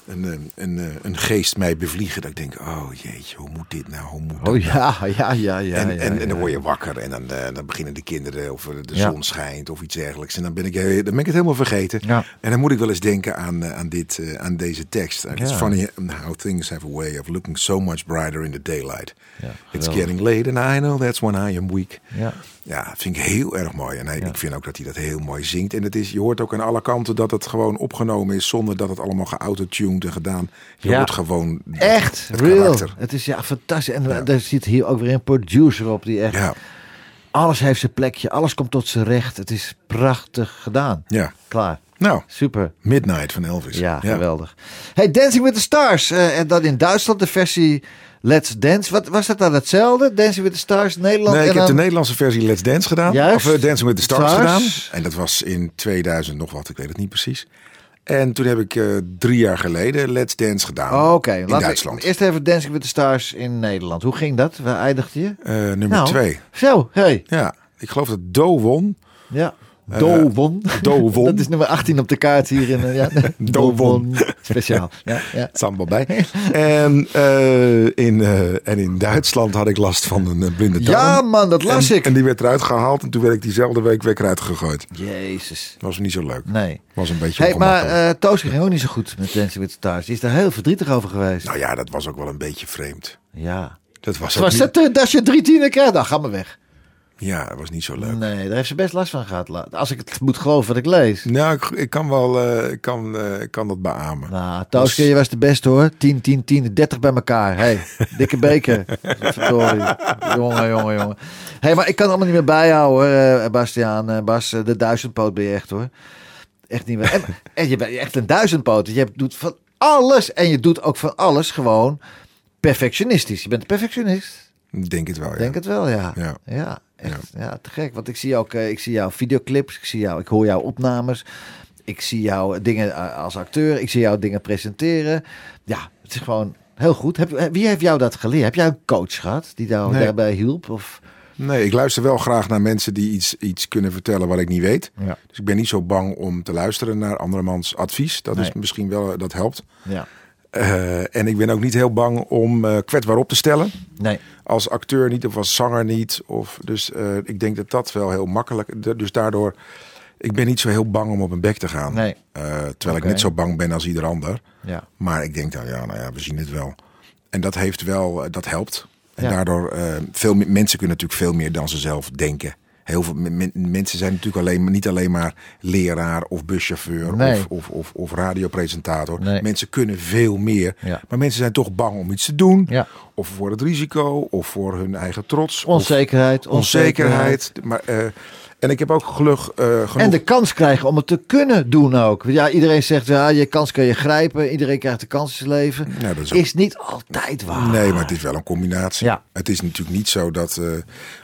Speaker 3: een, een, een, eh, een geest mij bevliegen. Dat ik denk, oh jeetje, hoe moet dit nou? Hoe moet dat
Speaker 2: Oh ja, ja, ja, ja.
Speaker 3: en,
Speaker 2: ja,
Speaker 3: en,
Speaker 2: ja.
Speaker 3: en dan word je wakker en dan, eh, dan beginnen de kinderen of eh, de
Speaker 2: Ja.
Speaker 3: zon schijnt of iets dergelijks. En dan ben ik, eh, dan ben ik het helemaal vergeten.
Speaker 2: Ja.
Speaker 3: En dan moet ik wel eens denken aan, eh, aan, dit, eh, aan deze tekst. En It's
Speaker 2: Ja.
Speaker 3: funny how things have a way of looking so much brighter in the daylight. It's
Speaker 2: geweldig.
Speaker 3: getting late and I know that's when I am weak.
Speaker 2: Ja.
Speaker 3: Ja, dat vind ik heel erg mooi. En hij- ik vind ook dat hij dat heel mooi zingt. En het is, je hoort ook aan alle kanten dat het gewoon opgenomen is zonder dat het allemaal geautotuned en gedaan. Je
Speaker 2: Ja. Eh.
Speaker 3: hoort gewoon
Speaker 2: Echt,
Speaker 3: het
Speaker 2: real.
Speaker 3: karakter.
Speaker 2: Het is ja fantastisch. En daar zit hier ook weer een producer op die echt...
Speaker 3: Ja,
Speaker 2: Alles heeft zijn plekje, alles komt tot zijn recht. Het is prachtig gedaan.
Speaker 3: ja.
Speaker 2: Klaar.
Speaker 3: Nou,
Speaker 2: Super.
Speaker 3: Midnight van Elvis.
Speaker 2: Ja, geweldig. Hey, Dancing with the Stars. eh, en dan in Duitsland de versie Let's Dance. Wat, was dat dan hetzelfde? Dancing with the Stars, Nederland?
Speaker 3: nee, ik
Speaker 2: en
Speaker 3: heb de
Speaker 2: dan-
Speaker 3: Nederlandse versie Let's Dance gedaan.
Speaker 2: Juist.
Speaker 3: Of eh, Dancing with the Stars,
Speaker 2: Stars.
Speaker 3: gedaan. En dat was in 2000 nog wat, ik weet het niet precies. En toen heb ik eh, drie jaar geleden Let's Dance gedaan.
Speaker 2: Oh, Oké,
Speaker 3: in
Speaker 2: laten we
Speaker 3: Duitsland.
Speaker 2: eerst even Dancing with the Stars in Nederland. Hoe ging dat? Waar eindigde je? Nou,
Speaker 3: Eh, nummer twee.
Speaker 2: Zo, hey.
Speaker 3: Ja, ik geloof dat Do won.
Speaker 2: Ja.
Speaker 3: Eh,
Speaker 2: Dowon.
Speaker 3: Do won.
Speaker 2: Dat is nummer 18 op de kaart hier in eh, ja.
Speaker 3: Dowon.
Speaker 2: Speciaal. Ja, ja.
Speaker 3: Het staat allemaal bij. en, eh, in, eh, en in Duitsland had ik last van een eh, blinde darm.
Speaker 2: Ja, man, dat las
Speaker 3: en,
Speaker 2: ik.
Speaker 3: En die werd eruit gehaald. En toen werd ik diezelfde week weer eruit gegooid.
Speaker 2: Jezus.
Speaker 3: Was niet zo leuk.
Speaker 2: Nee.
Speaker 3: Was een beetje
Speaker 2: Hey, maar
Speaker 3: ongemakkelijk.
Speaker 2: eh Toos ging ook niet zo goed met Dancing with the Stars. Die is daar heel verdrietig over geweest.
Speaker 3: Nou ja, dat was ook wel een beetje vreemd.
Speaker 2: Ja.
Speaker 3: Dat was, ook
Speaker 2: Was
Speaker 3: niet,
Speaker 2: dat eh, dat je drie tienen krijgt? Nou, ga maar weg.
Speaker 3: Ja, dat was niet zo leuk.
Speaker 2: Nee, daar heeft ze best last van gehad. la- Als ik het moet geloven wat ik lees.
Speaker 3: Nou, ik, ik kan wel, eh, ik kan, eh, ik kan dat beamen.
Speaker 2: Nou, Tooske, je was de beste hoor. 10, 10, 10, 30 bij elkaar. Hey, dikke beker. Sorry. Jongen, jongen, jongen. hey, maar ik kan het allemaal niet meer bijhouden hoor, eh, Bastiaan. Eh, Bas, eh, de duizendpoot ben je echt hoor. Echt niet meer. En, en je bent echt een duizendpoot. Je hebt- doet van alles en je doet ook van alles gewoon perfectionistisch. Je bent een perfectionist.
Speaker 3: Ik Denk het wel, ja.
Speaker 2: Denk het wel, ja.
Speaker 3: Ja.
Speaker 2: echt. Ja. te gek. Want ik zie ook, eh, ik zie jouw videoclips, ik zie jou, ik hoor jouw opnames, ik zie jouw dingen eh, als acteur, ik zie jouw dingen presenteren. Ja, het is gewoon heel goed. Heb, eh, wie heeft jou dat geleerd? Heb jij een coach gehad die jou
Speaker 3: Nee.
Speaker 2: daarbij hielp? Of?
Speaker 3: Nee, ik luister wel graag naar mensen die iets, iets kunnen vertellen wat ik niet weet.
Speaker 2: Ja.
Speaker 3: Dus ik ben niet zo bang om te luisteren naar andermans advies. Dat is
Speaker 2: Nee.
Speaker 3: misschien wel, dat helpt.
Speaker 2: Ja.
Speaker 3: Eh, en ik ben ook niet heel bang om eh, kwetsbaar op te stellen.
Speaker 2: Nee.
Speaker 3: Als acteur niet of als zanger niet. Of, dus eh, ik denk dat dat wel heel makkelijk... da- Dus daardoor, ik ben niet zo heel bang om op mijn bek te gaan.
Speaker 2: Nee.
Speaker 3: Eh, terwijl ik
Speaker 2: Oké.
Speaker 3: net zo bang ben als ieder ander.
Speaker 2: Ja.
Speaker 3: Maar ik denk dan, ja, nou ja, we zien het wel. En dat heeft wel, eh, dat helpt. En
Speaker 2: Ja.
Speaker 3: daardoor, eh, veel meer, mensen kunnen natuurlijk veel meer dan ze zelf denken. Heel veel men- men- mensen zijn natuurlijk alleen, maar- niet alleen maar leraar of buschauffeur
Speaker 2: Nee.
Speaker 3: of, of, of, of radiopresentator.
Speaker 2: Nee.
Speaker 3: Mensen kunnen veel meer.
Speaker 2: Ja.
Speaker 3: Maar mensen zijn toch bang om iets te doen.
Speaker 2: Ja.
Speaker 3: Of voor het risico, of voor hun eigen trots. of
Speaker 2: Onzekerheid, onzekerheid.
Speaker 3: onzekerheid. Maar, eh, en ik heb ook geluk eh, genoeg...
Speaker 2: En de kans krijgen om het te kunnen doen ook. Ja, iedereen zegt, ja, je kans kun je grijpen. Iedereen krijgt de kans in zijn leven.
Speaker 3: Nou, dat is
Speaker 2: is,
Speaker 3: ook-
Speaker 2: niet altijd waar.
Speaker 3: Nee, maar het is wel een combinatie.
Speaker 2: Ja.
Speaker 3: Het is natuurlijk niet zo dat eh,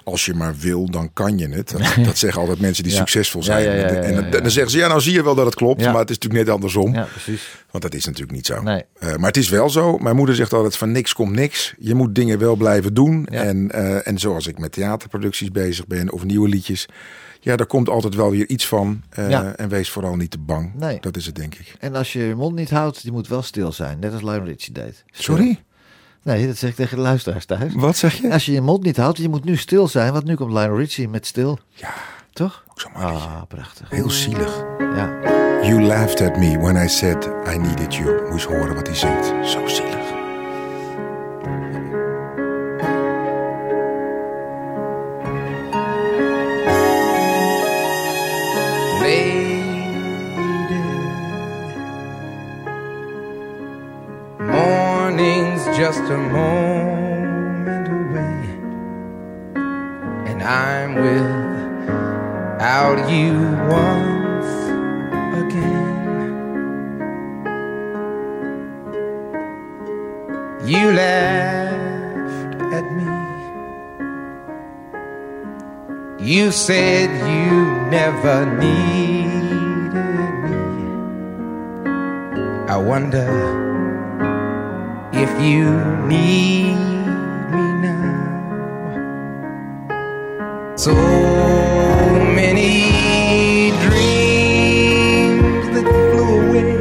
Speaker 3: als je maar wil, dan kan je het. Dat, dat zeggen altijd mensen die
Speaker 2: Ja.
Speaker 3: succesvol
Speaker 2: Ja,
Speaker 3: zijn.
Speaker 2: ja, ja,
Speaker 3: En-
Speaker 2: ja,
Speaker 3: en,
Speaker 2: ja,
Speaker 3: dan-
Speaker 2: ja.
Speaker 3: dan zeggen ze, ja, nou zie je wel dat het klopt.
Speaker 2: Ja.
Speaker 3: Maar het is natuurlijk net andersom.
Speaker 2: Ja, precies.
Speaker 3: Want dat is natuurlijk niet zo.
Speaker 2: Nee.
Speaker 3: Eh, maar het is wel zo. Mijn moeder zegt altijd van niks komt niks. Je moet dingen wel blijven doen.
Speaker 2: Ja.
Speaker 3: En, eh, en zoals ik met theaterproducties bezig ben of nieuwe liedjes. Ja, daar komt altijd wel weer iets van. Eh,
Speaker 2: Ja.
Speaker 3: En wees vooral niet te bang.
Speaker 2: Nee.
Speaker 3: Dat is het, denk ik.
Speaker 2: En als je je mond niet houdt, je moet wel stil zijn. Net als Lionel Richie deed.
Speaker 3: Sorry?
Speaker 2: Nee, dat zeg ik tegen de luisteraars thuis.
Speaker 3: Wat zeg je?
Speaker 2: Als je je mond niet houdt, je moet nu stil zijn. Want nu komt Lionel Richie met stil.
Speaker 3: Ja,
Speaker 2: Toch?
Speaker 3: ook zo'n mooi liedje.
Speaker 2: Ah, prachtig.
Speaker 3: Heel zielig.
Speaker 2: Ja.
Speaker 3: You laughed at me when I said I needed you. Moest horen wat hij zingt. Zo zielig.
Speaker 6: Morning's just a moment away, and I'm without you once again. You laughed at me. You said you never needed me. I wonder if you need me now. So many dreams that flew away,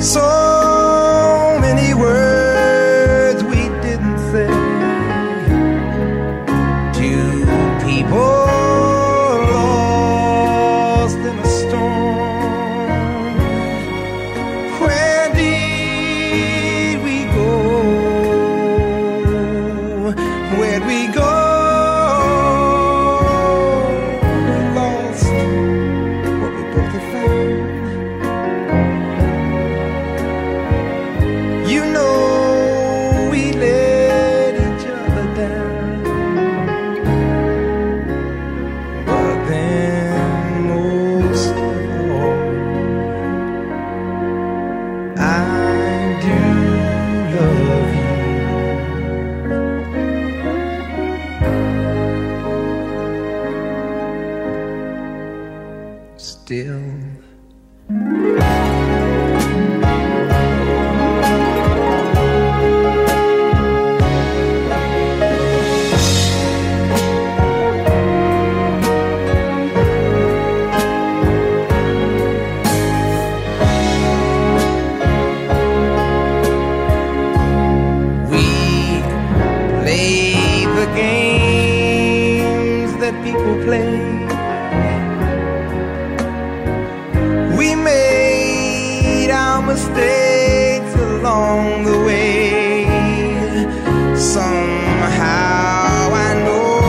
Speaker 6: so many words we didn't say. Two people lost in a storm. Where did we go? Where'd we go? mistakes along the way. Somehow I know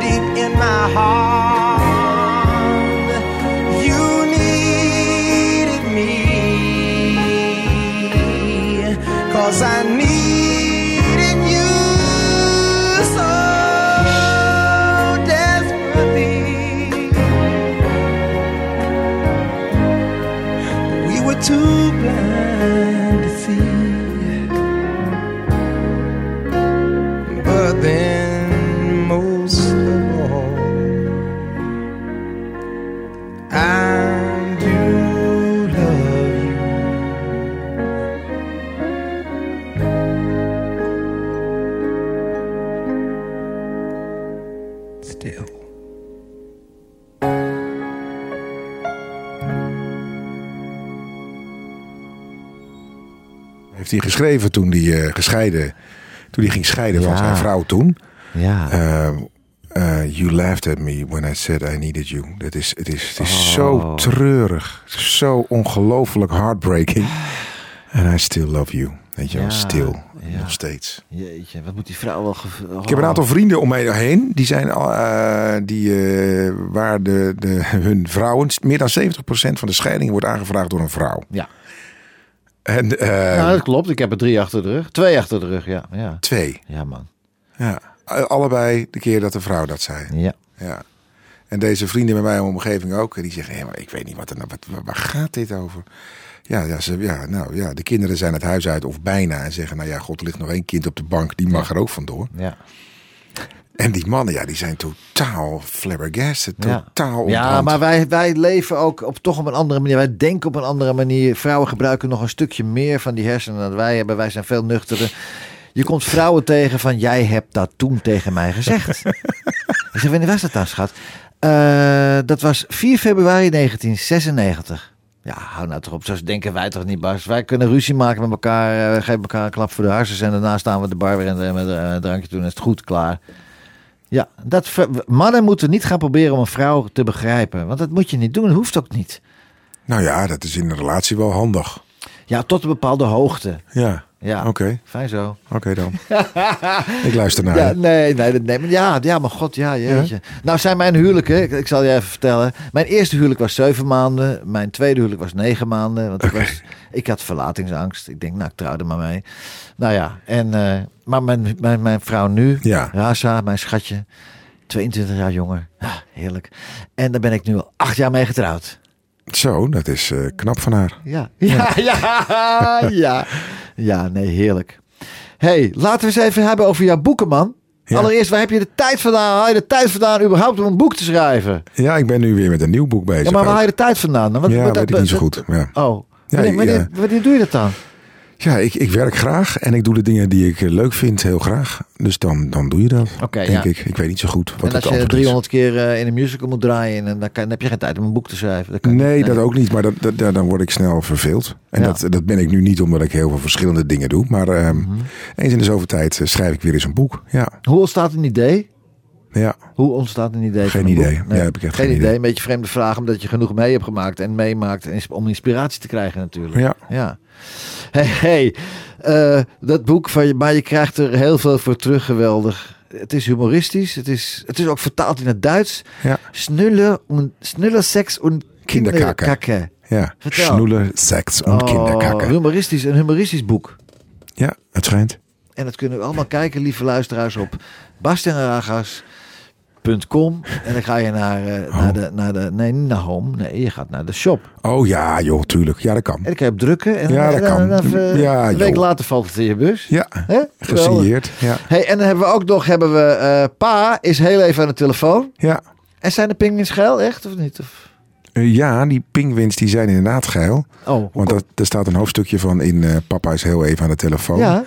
Speaker 6: deep in my heart you needed me. Cause I needed you so desperately. We were too blind to see. But then, most of all, I do love you. Still.
Speaker 3: Heeft hij geschreven toen hij eh, gescheiden, toen hij ging scheiden van
Speaker 2: Ja.
Speaker 3: zijn vrouw toen.
Speaker 2: Ja.
Speaker 3: Eh, eh, you laughed at me when I said I needed you. Dat is, het is, het is
Speaker 2: Oh.
Speaker 3: zo treurig. Zo ongelooflijk heartbreaking. And I still love you. Weet je wel,
Speaker 2: Ja,
Speaker 3: stil.
Speaker 2: ja.
Speaker 3: Nog steeds.
Speaker 2: Jeetje, wat moet die vrouw wel... Oh. gev-
Speaker 3: Ik heb een aantal vrienden om mij heen. Die zijn al, eh, die, eh, waar de, de, hun vrouwen. Meer dan 70% van de scheidingen wordt aangevraagd door een vrouw.
Speaker 2: Ja.
Speaker 3: En eh,
Speaker 2: ja, Nou, dat klopt. Ik heb er drie achter de rug. Twee achter de rug, ja. Ja,
Speaker 3: twee.
Speaker 2: ja man.
Speaker 3: Ja. Allebei de keer dat de vrouw dat zei.
Speaker 2: Ja.
Speaker 3: Ja. En deze vrienden bij mij in mijn omgeving ook. Die zeggen, hé, maar ik weet niet, wat, er nou- wat, waar gaat dit over? Ja, ja, ze, ja, nou, ja, de kinderen zijn het huis uit of bijna. En zeggen, nou ja, god, er ligt nog één kind op de bank. Die mag er ook vandoor.
Speaker 2: Ja.
Speaker 3: En die mannen, ja, die zijn totaal flabbergasted.
Speaker 2: Ja.
Speaker 3: Totaal
Speaker 2: Ja,
Speaker 3: onthand.
Speaker 2: maar wij, wij leven ook op, toch op een andere manier. Wij denken op een andere manier. Vrouwen gebruiken nog een stukje meer van die hersenen dan wij hebben. Wij zijn veel nuchterder. Je komt vrouwen tegen van, jij hebt dat toen tegen mij gezegd. Ik zeg, wanneer was dat dan, schat? Eh, dat was 4 februari 1996. Ja, hou nou toch op. Zo denken wij toch niet, Bas? Wij kunnen ruzie maken met elkaar. eh, We geven elkaar een klap voor de hartjes. En daarna staan we de bar weer en eh, met eh, een drankje doen. En is het goed, klaar. Ja, dat, ver- mannen moeten niet gaan proberen om een vrouw te begrijpen. Want dat moet je niet doen. Dat hoeft ook niet.
Speaker 3: Nou ja, dat is in een relatie wel handig.
Speaker 2: Ja, tot een bepaalde hoogte.
Speaker 3: Ja,
Speaker 2: Ja,
Speaker 3: oké.
Speaker 2: fijn zo.
Speaker 3: Oké dan. ik luister naar
Speaker 2: Ja,
Speaker 3: je.
Speaker 2: nee, nee, dat- nee, maar ja, ja, maar god, ja, jeetje. Nou zijn mijn huwelijken, ik, ik zal je even vertellen. Mijn eerste huwelijk was zeven maanden. Mijn tweede huwelijk was negen maanden. Want ik, was, ik had verlatingsangst. Ik denk, nou, ik trouw er maar mee. Nou ja, en, eh, maar mijn, mijn, mijn vrouw nu,
Speaker 3: Ja.
Speaker 2: Raza, mijn schatje, 22 jaar jonger. Ah, heerlijk. En daar ben ik nu al acht jaar mee getrouwd.
Speaker 3: Zo, dat is eh, knap van haar.
Speaker 2: Ja, ja, ja, ja. Ja, nee, heerlijk. hey, laten we eens even hebben over jouw boeken, man.
Speaker 3: Ja.
Speaker 2: Allereerst, waar heb je de tijd vandaan? Haal je de tijd vandaan überhaupt om een boek te schrijven?
Speaker 3: Ja, ik ben nu weer met een nieuw boek bezig.
Speaker 2: Ja, maar waar
Speaker 3: ook.
Speaker 2: haal je de tijd vandaan? dan? Wat-
Speaker 3: Ja,
Speaker 2: wat-
Speaker 3: weet ik
Speaker 2: wat-
Speaker 3: niet zo
Speaker 2: wat-
Speaker 3: goed. Ja.
Speaker 2: Oh,
Speaker 3: Ja,
Speaker 2: wanneer, wanneer,
Speaker 3: ja.
Speaker 2: wanneer doe je dat dan?
Speaker 3: Ja, ik, ik werk graag en ik doe de dingen die ik eh, leuk vind heel graag. Dus dan, dan doe je dat,
Speaker 2: Oké,
Speaker 3: denk
Speaker 2: ja.
Speaker 3: ik. Ik weet niet zo goed wat
Speaker 2: en als
Speaker 3: het
Speaker 2: je
Speaker 3: antwoord
Speaker 2: 300 keer eh, in een musical moet draaien, en dan, kan, dan heb je geen tijd om een boek te schrijven. Dat
Speaker 3: is.
Speaker 2: kan
Speaker 3: Nee,
Speaker 2: niet.
Speaker 3: dat ook niet. Maar dat, dat, daar- dan word ik snel verveeld. En
Speaker 2: Ja.
Speaker 3: dat, dat ben ik nu niet omdat ik heel veel verschillende dingen doe. Maar ehm,
Speaker 2: Mhm.
Speaker 3: eens in de zoveel tijd eh, schrijf ik weer eens een boek. Ja,
Speaker 2: Hoe ontstaat een idee?
Speaker 3: ja.
Speaker 2: Hoe ontstaat een idee? van
Speaker 3: Geen
Speaker 2: een boek?
Speaker 3: idee. Ja, heb ik echt geen idee.
Speaker 2: Een beetje vreemde vraag, omdat je genoeg mee hebt gemaakt en meemaakt en is- om inspiratie te krijgen natuurlijk.
Speaker 3: Ja.
Speaker 2: ja. Hey, hey. Eh, dat boek van je, maar je krijgt er heel veel voor terug, geweldig. Het is humoristisch, het is, het is ook vertaald in het Duits.
Speaker 3: Ja.
Speaker 2: Snulle, un, snulle seks en
Speaker 3: Kinderkaken.
Speaker 2: kinderkakken.
Speaker 3: ja.
Speaker 2: Vertel. Oh.
Speaker 3: Snoelen, seks en kinderkakken.
Speaker 2: Humoristisch, een humoristisch boek.
Speaker 3: Ja, het schijnt.
Speaker 2: En dat kunnen we allemaal kijken, lieve luisteraars, op bastianragas.com. En dan ga je naar, eh, naar, de, naar de... Nee, niet naar home. Nee, je gaat naar de shop. En
Speaker 3: Oh ja, joh, tuurlijk. Ja, dat kan.
Speaker 2: dan kan je op drukken. En,
Speaker 3: Ja, dat
Speaker 2: en dan-
Speaker 3: kan.
Speaker 2: dan even-
Speaker 3: Ja,
Speaker 2: een week
Speaker 3: joh.
Speaker 2: later valt het in je bus.
Speaker 3: Ja,
Speaker 2: Hè?
Speaker 3: gesigneerd. Ja.
Speaker 2: Hey, en dan hebben we ook nog... Hebben we, eh, pa is heel even aan de telefoon.
Speaker 3: ja.
Speaker 2: En zijn de pinguïns geil, echt of niet? Of,
Speaker 3: Eh, ja, die pinguïns die zijn inderdaad geil.
Speaker 2: oh, hoe
Speaker 3: Want
Speaker 2: kom-
Speaker 3: dat, daar staat een hoofdstukje van in eh, Papa is heel even aan de telefoon.
Speaker 2: Ja,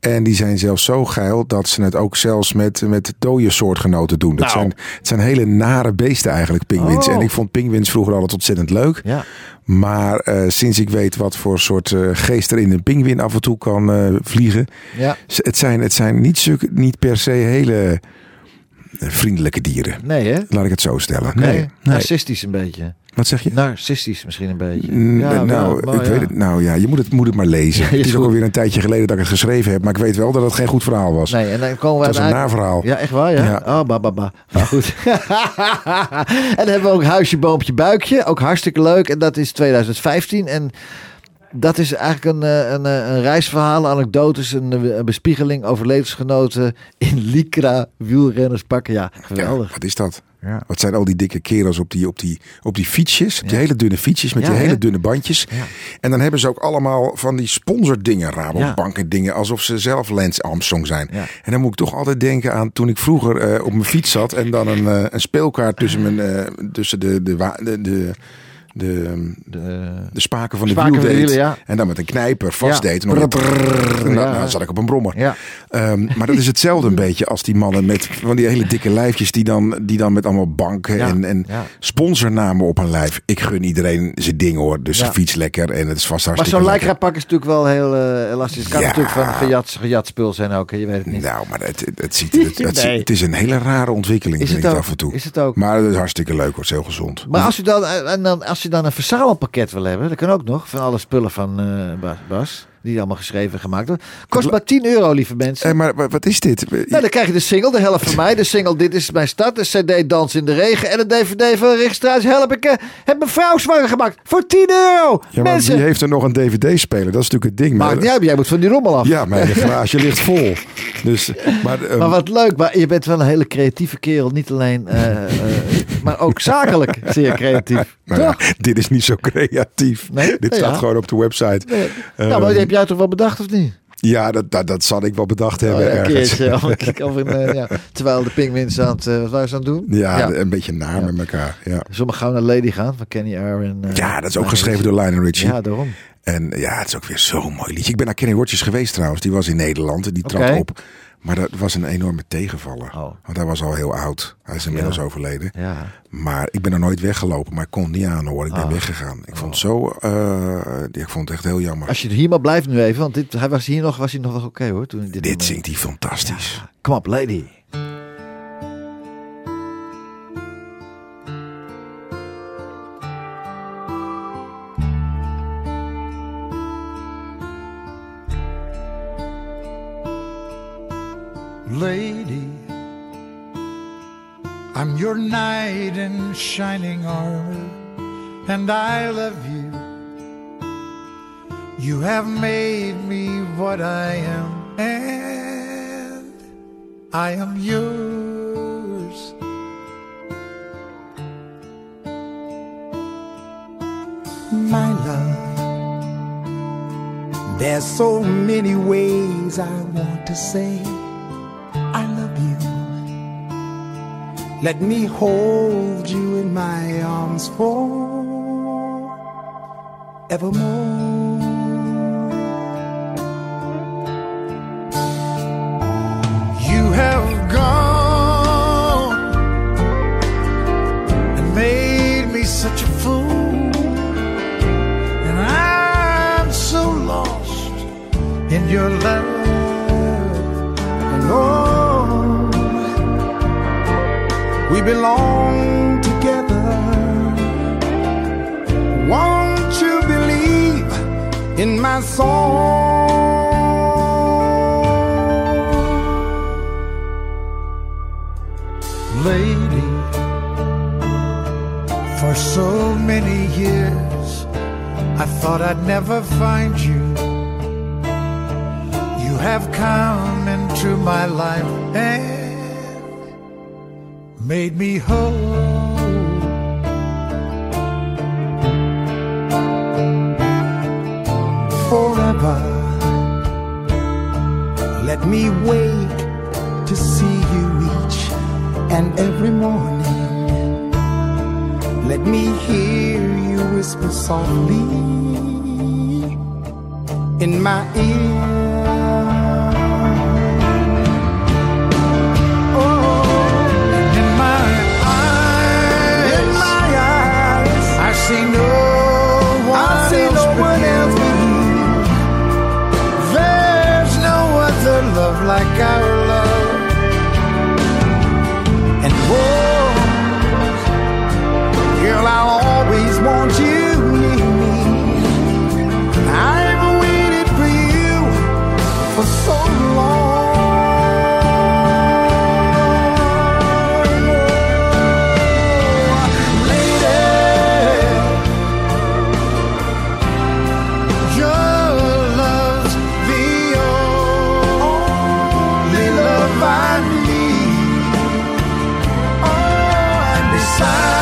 Speaker 3: En die zijn zelfs zo geil dat ze het ook zelfs met, met dode soortgenoten doen. Dat
Speaker 2: Nou.
Speaker 3: zijn, het zijn hele nare beesten eigenlijk, pinguïns.
Speaker 2: Oh.
Speaker 3: En ik vond pinguïns vroeger altijd ontzettend leuk.
Speaker 2: ja.
Speaker 3: Maar eh, sinds ik weet wat voor soort eh, geest er in een pinguïn af en toe kan eh, vliegen.
Speaker 2: Ja.
Speaker 3: ze- Het zijn, het zijn niet, zulke- niet per se hele vriendelijke dieren.
Speaker 2: Nee, hè?
Speaker 3: Laat ik het zo stellen.
Speaker 2: Nou, Narcistisch een beetje.
Speaker 3: Wat zeg je?
Speaker 2: Narcistisch misschien een beetje.
Speaker 3: Mm,
Speaker 2: Nou, Ja,
Speaker 3: nou,
Speaker 2: wel,
Speaker 3: ik
Speaker 2: maar ja.
Speaker 3: weet het. Nou ja, je moet het, moet het maar lezen.
Speaker 2: is
Speaker 3: het is ook
Speaker 2: goed.
Speaker 3: alweer een tijdje geleden dat ik het geschreven heb. Maar ik weet wel dat het geen goed verhaal was.
Speaker 2: Nee, en dan komen we
Speaker 3: Het was een
Speaker 2: uiteindelijk-
Speaker 3: naverhaal.
Speaker 2: Ja, echt waar, ja?
Speaker 3: Ja.
Speaker 2: Oh, ba, ba, ba. Maar goed. en dan hebben we ook Huisje, Boompje, Buikje. Ook hartstikke leuk. En dat is 2015. En dat is eigenlijk een, eh, een, eh, een reisverhaal, anekdotes, een, eh, een bespiegeling over levensgenoten in Lycra wielrennerspakken. Ja,
Speaker 3: Ja,
Speaker 2: geweldig.
Speaker 3: wat is dat?
Speaker 2: Ja.
Speaker 3: Wat zijn al die dikke kerels op die, op die, op die fietsjes? Op die hele dunne fietsjes met
Speaker 2: Ja,
Speaker 3: die hele
Speaker 2: hè?
Speaker 3: dunne bandjes. En dan hebben ze ook allemaal van die sponsordingen, Rabobank en dingen. Alsof ze zelf Lance Armstrong zijn.
Speaker 2: Ja.
Speaker 3: En dan moet ik toch altijd denken aan toen ik vroeger eh, op mijn fiets zat. En dan een, eh, een speelkaart tussen, mijn, eh, tussen de... de, wa- de, de de, de spaken van de
Speaker 2: spaken
Speaker 3: wiel
Speaker 2: van de
Speaker 3: deed.
Speaker 2: wielen, ja.
Speaker 3: En dan met een knijper vast
Speaker 2: Ja.
Speaker 3: deed. En dan, hoorde- en dan-
Speaker 2: Ja.
Speaker 3: dan zat ik op een brommer.
Speaker 2: Ja.
Speaker 3: Ehm, maar dat is hetzelfde een beetje als die mannen met van die hele dikke lijfjes die dan, die dan met allemaal banken
Speaker 2: Ja,
Speaker 3: en, en
Speaker 2: ja.
Speaker 3: sponsornamen op hun lijf. Ik gun iedereen zijn ding hoor, dus
Speaker 2: Ja.
Speaker 3: fiets lekker en het is vast
Speaker 2: Maar
Speaker 3: hartstikke
Speaker 2: zo'n
Speaker 3: lekker.
Speaker 2: lycra pak is natuurlijk wel heel eh, elastisch. Het kan
Speaker 3: Ja.
Speaker 2: natuurlijk van gejat, gejat spul zijn ook, hè, je weet het niet.
Speaker 3: Nou, maar het, het, het ziet, het, het,
Speaker 2: Nee.
Speaker 3: ziet- het is een hele rare ontwikkeling,
Speaker 2: Is
Speaker 3: vind
Speaker 2: het
Speaker 3: ik
Speaker 2: ook?
Speaker 3: af en toe.
Speaker 2: Is het ook?
Speaker 3: Maar het is hartstikke leuk, hoor. het is heel gezond. Dus-
Speaker 2: Maar als je, dan, eh, en dan, als je dan een verzamelpakket wil hebben, dat kan ook nog, van alle spullen van eh, Bas, Bas, die allemaal geschreven en gemaakt worden. Kost maar 10 euro, lieve mensen.
Speaker 3: Eh, maar wa- wat is dit?
Speaker 2: nou, dan krijg je de single, de helft van mij, de single Dit is mijn stad, de CD Dans in de Regen en een DVD van registratie Help ik eh, heb mijn vrouw zwanger gemaakt voor 10 euro.
Speaker 3: ja, maar
Speaker 2: mensen,
Speaker 3: wie heeft er nog een DVD-speler? Dat is natuurlijk het ding. Maar-
Speaker 2: maakt niet uit, jij moet van die rommel af.
Speaker 3: ja, mijn garage ligt vol. Dus, maar, ehm,
Speaker 2: Maar wat leuk, maar je bent wel een hele creatieve kerel. Niet alleen, eh, eh, maar ook zakelijk zeer creatief.
Speaker 3: Nou ja, dit is niet zo creatief.
Speaker 2: Nee?
Speaker 3: dit
Speaker 2: Nou
Speaker 3: staat
Speaker 2: ja.
Speaker 3: gewoon op de website.
Speaker 2: nou,
Speaker 3: Ehm,
Speaker 2: maar die heb jij toch wel bedacht, of niet?
Speaker 3: Ja, dat, dat, dat zal ik wel bedacht hebben
Speaker 2: Oh, ja, een
Speaker 3: ergens.
Speaker 2: keertje. Of een- of een, eh, ja. Terwijl de Pingwins aan het, eh, wat waren ze aan het doen?
Speaker 3: Ja, een beetje naar met elkaar. Ja.
Speaker 2: Sommigen gaan naar Lady gaan van Kenny Aaron. eh,
Speaker 3: ja, dat is ook
Speaker 2: Lionel
Speaker 3: geschreven
Speaker 2: Richie.
Speaker 3: door Lionel Richie.
Speaker 2: Ja, daarom.
Speaker 3: En ja, het is ook weer zo'n mooi liedje. Ik ben naar Kenny Rogers geweest trouwens. Die was in Nederland en die trad
Speaker 2: Oké.
Speaker 3: op. Maar dat was een enorme tegenvaller.
Speaker 2: Oh.
Speaker 3: Want hij was al heel oud. Hij is inmiddels overleden.
Speaker 2: Ja.
Speaker 3: Maar ik ben er nooit weggelopen. Maar ik kon het niet aanhoren. Ik ben
Speaker 2: Ah.
Speaker 3: weggegaan. Ik vond het zo... eh, ja, ik vond het echt heel jammer.
Speaker 2: Oh. Als je hier maar blijft nu even, want dit, hij was hier nog, was hij nog wel oké hoor. Toen hij dit
Speaker 3: Dit
Speaker 2: moment-
Speaker 3: zingt hij fantastisch.
Speaker 2: Kom op, lady.
Speaker 6: Lady, I'm your knight in shining armor, and I love you. You have made me what I am, and I am yours. My love, there's so many ways I want to say. I love you. Let me hold you in my arms forevermore. You have gone and made me such a fool, and I'm so lost in your love and oh, we belong together. Won't you believe in my song, lady? For so many years, I thought I'd never find you. You have come into my life and made me whole. Forever, let me wake to see you each and every morning. Let me hear you whisper softly in my ear. Oh, and in my eyes, in my eyes, I see no one, I see else, no one else but you. There's no other love like our love. And whoa, girl, I'll always Oh,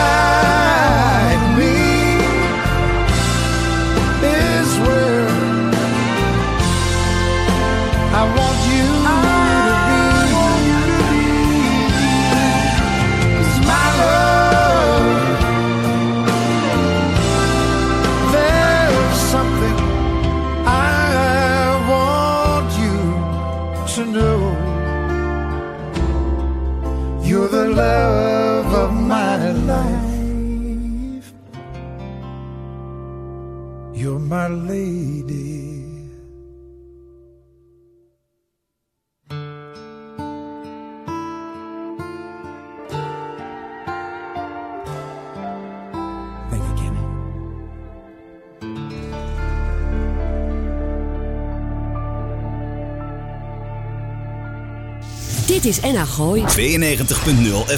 Speaker 7: You're my lady. Thank you, Kenny.
Speaker 8: Dit is NH Gooi.
Speaker 1: 92.0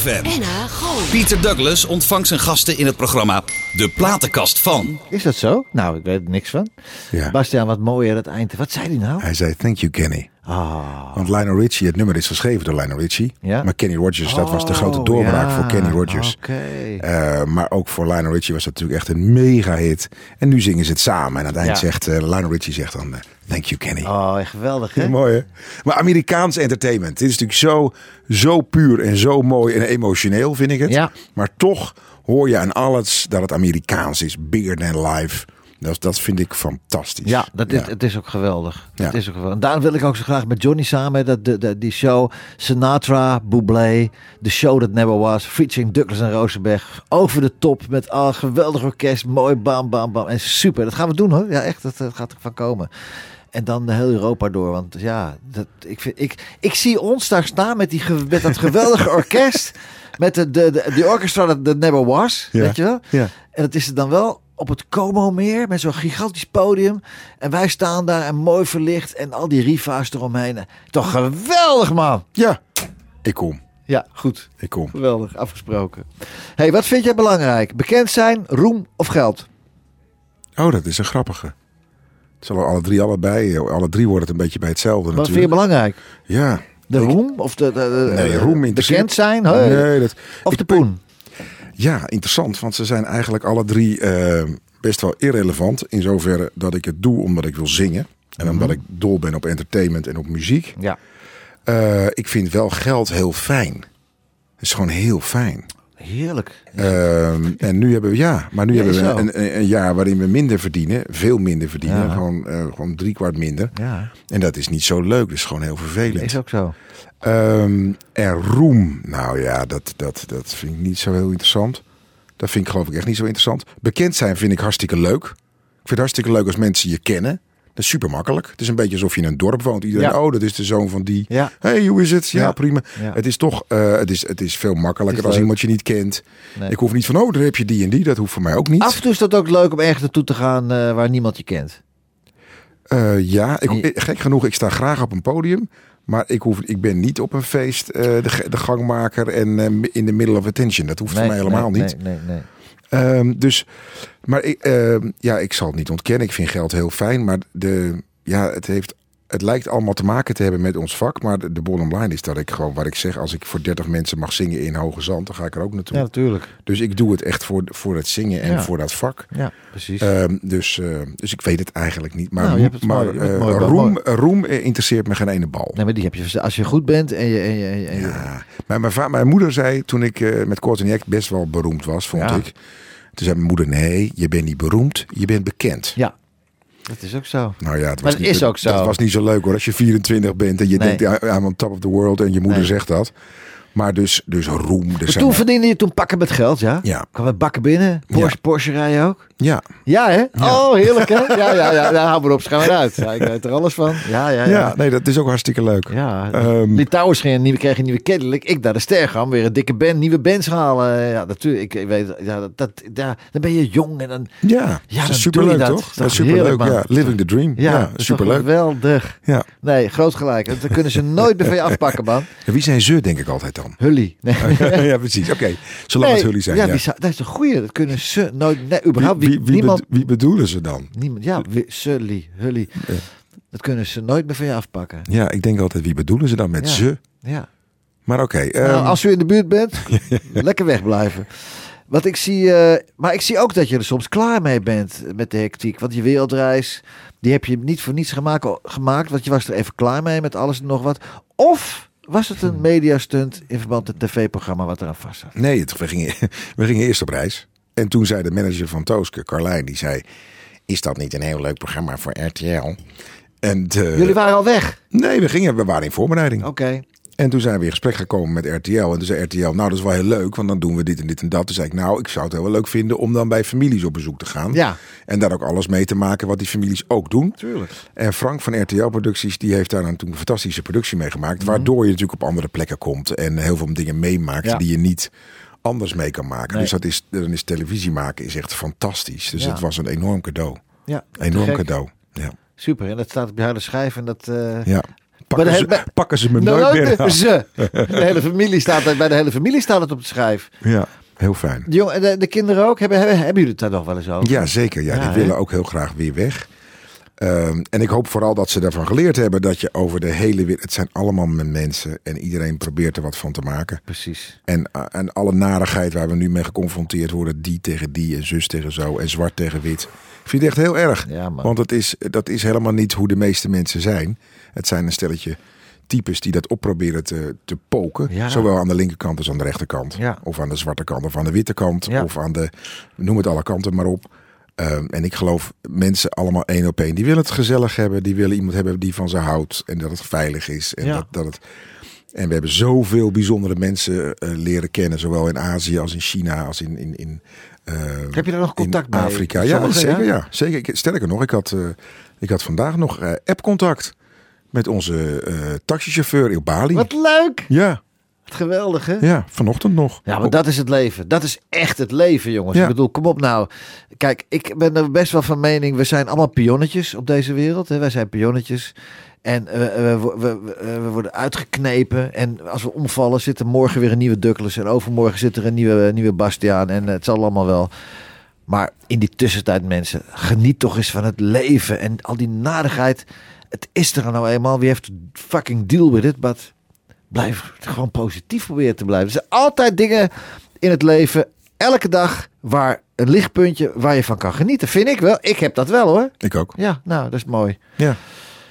Speaker 1: FM.
Speaker 8: NH Gooi.
Speaker 1: Pieter Douglas ontvangt zijn gasten in het programma De Platenkast van.
Speaker 2: Is dat zo? Nou, ik weet er niks van.
Speaker 3: Ja.
Speaker 2: Bastiaan, wat mooi aan het eind. Wat zei hij nou?
Speaker 3: Hij zei, thank you Kenny. Want Lionel Richie, het nummer is geschreven door Lionel Richie.
Speaker 2: Ah. Ja.
Speaker 3: Maar Kenny Rogers, dat was de grote
Speaker 2: Oh,
Speaker 3: doorbraak
Speaker 2: ja.
Speaker 3: voor Kenny Rogers.
Speaker 2: Oké.
Speaker 3: Eh, maar ook voor Lionel Richie was dat natuurlijk echt een mega hit. En nu zingen ze het samen. En aan het eind
Speaker 2: Ja.
Speaker 3: zegt eh, Lionel Richie zegt dan, eh, thank you Kenny.
Speaker 2: Oh, geweldig hè?
Speaker 3: Mooi hè? Maar Amerikaans entertainment. Dit is natuurlijk zo, zo puur en zo mooi en emotioneel vind ik het.
Speaker 2: Ja.
Speaker 3: Maar toch hoor je aan alles dat het Amerikaans is. Bigger than life. Dat, dat vind ik fantastisch.
Speaker 2: Ja, dat is, het is ook geweldig.
Speaker 3: Ja.
Speaker 2: Het is ook geweldig. En Daarom wil ik ook zo graag met Johnny samen, hè, dat, de, de- die show Sinatra, Bublé, The Show That Never Was, featuring Douglas en Rosenberg, over de top met ah, geweldig orkest, mooi bam bam bam en super. Dat gaan we doen hoor, ja echt, dat, dat gaat er van komen. En dan heel Europa door, want ja, dat, ik, vind, ik, ik zie ons daar staan met, die, ge- met dat geweldige orkest, met de, de, de, die orchestra that, that never was,
Speaker 3: Ja.
Speaker 2: weet je wel?
Speaker 3: Ja.
Speaker 2: En dat is het dan wel op het Como meer met zo'n gigantisch podium. En wij staan daar en mooi verlicht en al die riva's eromheen. Toch geweldig, man!
Speaker 3: Ja, ik kom.
Speaker 2: Ja, goed.
Speaker 3: Ik kom.
Speaker 2: Geweldig, afgesproken. hey, wat vind jij belangrijk? Bekend zijn, roem of geld?
Speaker 3: Oh, dat is een grappige. Het zullen alle drie allebei. eh, Alle drie worden het een beetje bij hetzelfde
Speaker 2: Wat vind je
Speaker 3: natuurlijk.
Speaker 2: belangrijk?
Speaker 3: Ja.
Speaker 2: De roem of de, de, de-
Speaker 3: Nee,
Speaker 2: de-
Speaker 3: roem interesseert-
Speaker 2: bekend zijn? hè?
Speaker 3: Nee, dat,
Speaker 2: of
Speaker 3: ik-
Speaker 2: de poen?
Speaker 3: Ja, interessant. Want ze zijn eigenlijk alle drie eh, best wel irrelevant. In zoverre dat ik het doe omdat ik wil zingen. En
Speaker 2: Mhm.
Speaker 3: omdat ik dol ben op entertainment en op muziek.
Speaker 2: Ja.
Speaker 3: Eh, ik vind wel geld heel fijn. Het is gewoon heel fijn.
Speaker 2: Heerlijk.
Speaker 3: Ehm, en nu hebben we, ja, maar nu
Speaker 2: Ja,
Speaker 3: hebben we
Speaker 2: zo.
Speaker 3: een, een, een jaar waarin we minder verdienen. Veel minder verdienen. Gewoon, eh, gewoon drie kwart minder.
Speaker 2: Ja,
Speaker 3: En dat is niet zo leuk. Dat is gewoon heel vervelend.
Speaker 2: is ook zo.
Speaker 3: Ehm, en roem, nou ja, dat, dat, dat vind ik niet zo heel interessant. Dat vind ik geloof ik echt niet zo interessant. Bekend zijn vind ik hartstikke leuk. Ik vind het hartstikke leuk als mensen je kennen. Dat is super makkelijk. Het is een beetje alsof je in een dorp woont. Iedereen,
Speaker 2: Ja.
Speaker 3: oh, dat is de zoon van die.
Speaker 2: Ja.
Speaker 3: hey, hoe is het? Ja,
Speaker 2: Ja.
Speaker 3: prima.
Speaker 2: Ja.
Speaker 3: Het is toch, eh, het, is, het is veel makkelijker
Speaker 2: Het is
Speaker 3: als
Speaker 2: leuk.
Speaker 3: iemand je niet kent.
Speaker 2: Nee.
Speaker 3: Ik hoef niet van, oh, daar heb je die en die. Dat hoeft voor mij ook niet.
Speaker 2: Af en toe is dat ook leuk om ergens naartoe te gaan eh, waar niemand je kent.
Speaker 3: Eh, ja, ik,
Speaker 2: Ja.
Speaker 3: ik- gek genoeg, ik sta graag op een podium. Maar ik, hoef, ik ben niet op een feest eh, de, ge- de gangmaker en eh, in de middle of attention. Dat hoeft voor mij helemaal
Speaker 2: nee,
Speaker 3: niet.
Speaker 2: Nee, nee, nee.
Speaker 3: Ehm, dus, maar ik, ehm, ja, ik zal het niet ontkennen. Ik vind geld heel fijn. Maar de, ja, het, heeft, het lijkt allemaal te maken te hebben met ons vak. Maar de, de bottom line is dat ik gewoon, wat ik zeg, als ik voor 30 mensen mag zingen in Hoge Zand, dan ga ik er ook naartoe.
Speaker 2: Ja, natuurlijk.
Speaker 3: Dus ik doe het echt voor, voor het zingen en
Speaker 2: Ja.
Speaker 3: voor dat vak.
Speaker 2: Ja, precies.
Speaker 3: Ehm, dus, ehm, dus ik weet het eigenlijk niet. Maar,
Speaker 2: Nou, je hebt het
Speaker 3: maar
Speaker 2: mooi- je hebt het
Speaker 3: eh,
Speaker 2: mooi bij-
Speaker 3: roem,
Speaker 2: mooi.
Speaker 3: roem eh, interesseert me geen ene bal.
Speaker 2: Nee, maar die heb je als je goed bent en je. En je, en je- en je-
Speaker 3: Ja. Maar mijn, va- mijn moeder zei toen ik eh, met Kort en Jack best wel beroemd was, vond
Speaker 2: Ja.
Speaker 3: ik. Toen zei mijn moeder, nee, je bent niet beroemd, je bent bekend.
Speaker 2: Ja, dat is ook zo.
Speaker 3: Nou ja, het was
Speaker 2: Maar dat
Speaker 3: niet,
Speaker 2: is ook zo.
Speaker 3: Dat was niet zo leuk hoor, als je 24 bent en je
Speaker 2: Nee.
Speaker 3: denkt, "I- I'm on top of the world en je moeder
Speaker 2: Nee.
Speaker 3: zegt dat. Maar dus, dus roem. Er
Speaker 2: Maar
Speaker 3: zijn-
Speaker 2: toen verdiende je toen pakken met geld, ja?
Speaker 3: Ja.
Speaker 2: Kwam met bakken binnen? Porsche, Porsche rijden ook?
Speaker 3: ja.
Speaker 2: Ja, hè? Oh, heerlijk, hè? Ja, ja, ja. Nou, hou maar op, schuim eruit. Ja, ik weet er alles van. Ja, ja,
Speaker 3: Ja.
Speaker 2: ja.
Speaker 3: nee, dat is ook hartstikke leuk.
Speaker 2: Ja, Um,
Speaker 3: Ehm,
Speaker 2: Litouwers gingen een nieuwe, kregen een nieuwe kennelijk. Ik naar de Stergam, weer een dikke band, nieuwe bands halen. Ja, natuurlijk. Ik, ik weet, ja, dat, dat, ja, dan ben je jong en dan...
Speaker 3: ja,
Speaker 2: Ja,
Speaker 3: dat
Speaker 2: dan
Speaker 3: is superleuk
Speaker 2: doe je dat.
Speaker 3: toch?
Speaker 2: Dat is
Speaker 3: Dat is
Speaker 2: toch
Speaker 3: superleuk,
Speaker 2: heerlijk, man.
Speaker 3: ja. Living the dream. Ja,
Speaker 2: Ja, dat is toch
Speaker 3: superleuk.
Speaker 2: Geweldig.
Speaker 3: Ja.
Speaker 2: Nee, groot gelijk. Dat kunnen ze nooit meer van je afpakken, man.
Speaker 3: En Wie zijn ze, denk ik altijd dan?
Speaker 2: Hully. Nee.
Speaker 3: ja, precies. Oké, zolang
Speaker 2: Nee,
Speaker 3: het jullie zijn.
Speaker 2: Ja,
Speaker 3: Ja,
Speaker 2: wie zou- dat is een goeie. Dat kunnen ze nooit. Nee, überhaupt
Speaker 3: Wie-
Speaker 2: wie-
Speaker 3: wie- wie
Speaker 2: niemand,
Speaker 3: bed- wie bedoelen ze dan?
Speaker 2: niemand. Ja, wie, Sully, Hully. Dat kunnen ze nooit meer van je afpakken.
Speaker 3: Ja, ik denk altijd, wie bedoelen ze dan met
Speaker 2: Ja.
Speaker 3: ze?
Speaker 2: Ja.
Speaker 3: Maar oké.
Speaker 2: Nou,
Speaker 3: ehm,
Speaker 2: als u in de buurt bent, lekker wegblijven. Want ik zie, eh, maar ik zie ook dat je er soms klaar mee bent met de hectiek. Want je wereldreis, die heb je niet voor niets gemaakt, gemaakt. Want je was er even klaar mee met alles en nog wat. Of was het een mediastunt in verband met het tv-programma wat eraan vast zat?
Speaker 3: Nee, het- we, gingen, we gingen eerst op reis. En toen zei de manager van Tooske, Carlijn, die zei... Is dat niet een heel leuk programma voor RTL? En eh,
Speaker 2: Jullie waren al weg.
Speaker 3: Nee, we, gingen, we waren in voorbereiding.
Speaker 2: Oké.
Speaker 3: En toen zijn we in gesprek gekomen met RTL. En toen zei RTL, nou dat is wel heel leuk, want dan doen we dit en dit en dat. Toen zei ik, nou ik zou het heel wel leuk vinden om dan bij families op bezoek te gaan.
Speaker 2: Ja.
Speaker 3: En daar ook alles mee te maken wat die families ook doen.
Speaker 2: Tuurlijk.
Speaker 3: En Frank van RTL Producties, die heeft daar dan toen een fantastische productie mee
Speaker 2: Mhm.
Speaker 3: gemaakt. Waardoor je natuurlijk op andere plekken komt en heel veel dingen meemaakt
Speaker 2: Ja.
Speaker 3: die je niet anders mee kan maken.
Speaker 2: Nee.
Speaker 3: Dus dat is, dan is televisie maken is echt fantastisch. Dus
Speaker 2: Ja.
Speaker 3: het was een enorm cadeau.
Speaker 2: Ja, te
Speaker 3: Enorm
Speaker 2: gek.
Speaker 3: cadeau. Ja.
Speaker 2: Super, en dat staat op je harde schijf en dat... eh,
Speaker 3: ja.
Speaker 2: de
Speaker 3: Pakken,
Speaker 2: he-
Speaker 3: ze,
Speaker 2: bij-
Speaker 3: pakken ze me
Speaker 2: Nou,
Speaker 3: nooit meer
Speaker 2: leuk,
Speaker 3: af.
Speaker 2: ze. De hele familie staat, bij de hele familie staat het op de schijf.
Speaker 3: Ja, heel fijn.
Speaker 2: De, jongen, de, de kinderen ook? Hebben, hebben, hebben jullie het daar nog wel eens over?
Speaker 3: Ja, zeker. Ja,
Speaker 2: Ja,
Speaker 3: die
Speaker 2: hè?
Speaker 3: willen ook heel graag weer weg. Ehm, en ik hoop vooral dat ze daarvan geleerd hebben dat je over de hele wereld. Het zijn allemaal mensen en iedereen probeert er wat van te maken.
Speaker 2: Precies.
Speaker 3: En, eh, en alle narigheid waar we nu mee geconfronteerd worden, die tegen die en zus tegen zo en zwart tegen wit. Ik vind het echt heel erg.
Speaker 2: Ja, man.
Speaker 3: want het is, dat is helemaal niet hoe de meeste mensen zijn. Het zijn een stelletje types die dat opproberen te, te poken.
Speaker 2: Ja.
Speaker 3: Zowel aan de linkerkant als aan de rechterkant.
Speaker 2: Ja.
Speaker 3: Of aan de zwarte kant of aan de witte kant.
Speaker 2: Ja.
Speaker 3: Of aan de, noem het alle kanten maar op. Ehm, en ik geloof mensen allemaal één op één. Die willen het gezellig hebben. Die willen iemand hebben die van ze houdt. En dat het veilig is. En
Speaker 2: Ja.
Speaker 3: dat, dat het en we hebben zoveel bijzondere mensen eh, leren kennen, zowel in Azië als in China, als in. in, in eh,
Speaker 2: Heb je daar nog contact
Speaker 3: in
Speaker 2: mee?
Speaker 3: Afrika, ja,
Speaker 2: Sommigen,
Speaker 3: zeker.
Speaker 2: ja?
Speaker 3: Ja. zeker. Ik, sterker nog, ik had, eh, ik had vandaag nog eh, app-contact met onze eh, taxichauffeur in Bali.
Speaker 2: Wat leuk!
Speaker 3: Ja,
Speaker 2: Wat geweldig, hè?
Speaker 3: ja, vanochtend nog.
Speaker 2: Ja, maar
Speaker 3: Op-
Speaker 2: dat is het leven. Dat is echt het leven, jongens.
Speaker 3: Ja.
Speaker 2: Ik bedoel, kom op nou. Kijk, ik ben er best wel van mening. We zijn allemaal pionnetjes op deze wereld. Hè? Wij zijn pionnetjes. En eh, we, we, we- eh, we worden uitgeknepen. En als we omvallen, zit er morgen weer een nieuwe Douglas. En overmorgen zit er een nieuwe, nieuwe Bastiaan. En eh, het zal allemaal wel. Maar in die tussentijd, mensen, geniet toch eens van het leven. En al die nadigheid. Het is er nou eenmaal. Wie heeft fucking deal with it? But blijf gewoon positief proberen te blijven. Er zijn altijd dingen in het leven, elke dag, waar een lichtpuntje waar je van kan genieten. Vind ik wel. Ik heb dat wel hoor.
Speaker 3: Ik ook.
Speaker 2: Ja, nou, dat is mooi.
Speaker 3: Ja.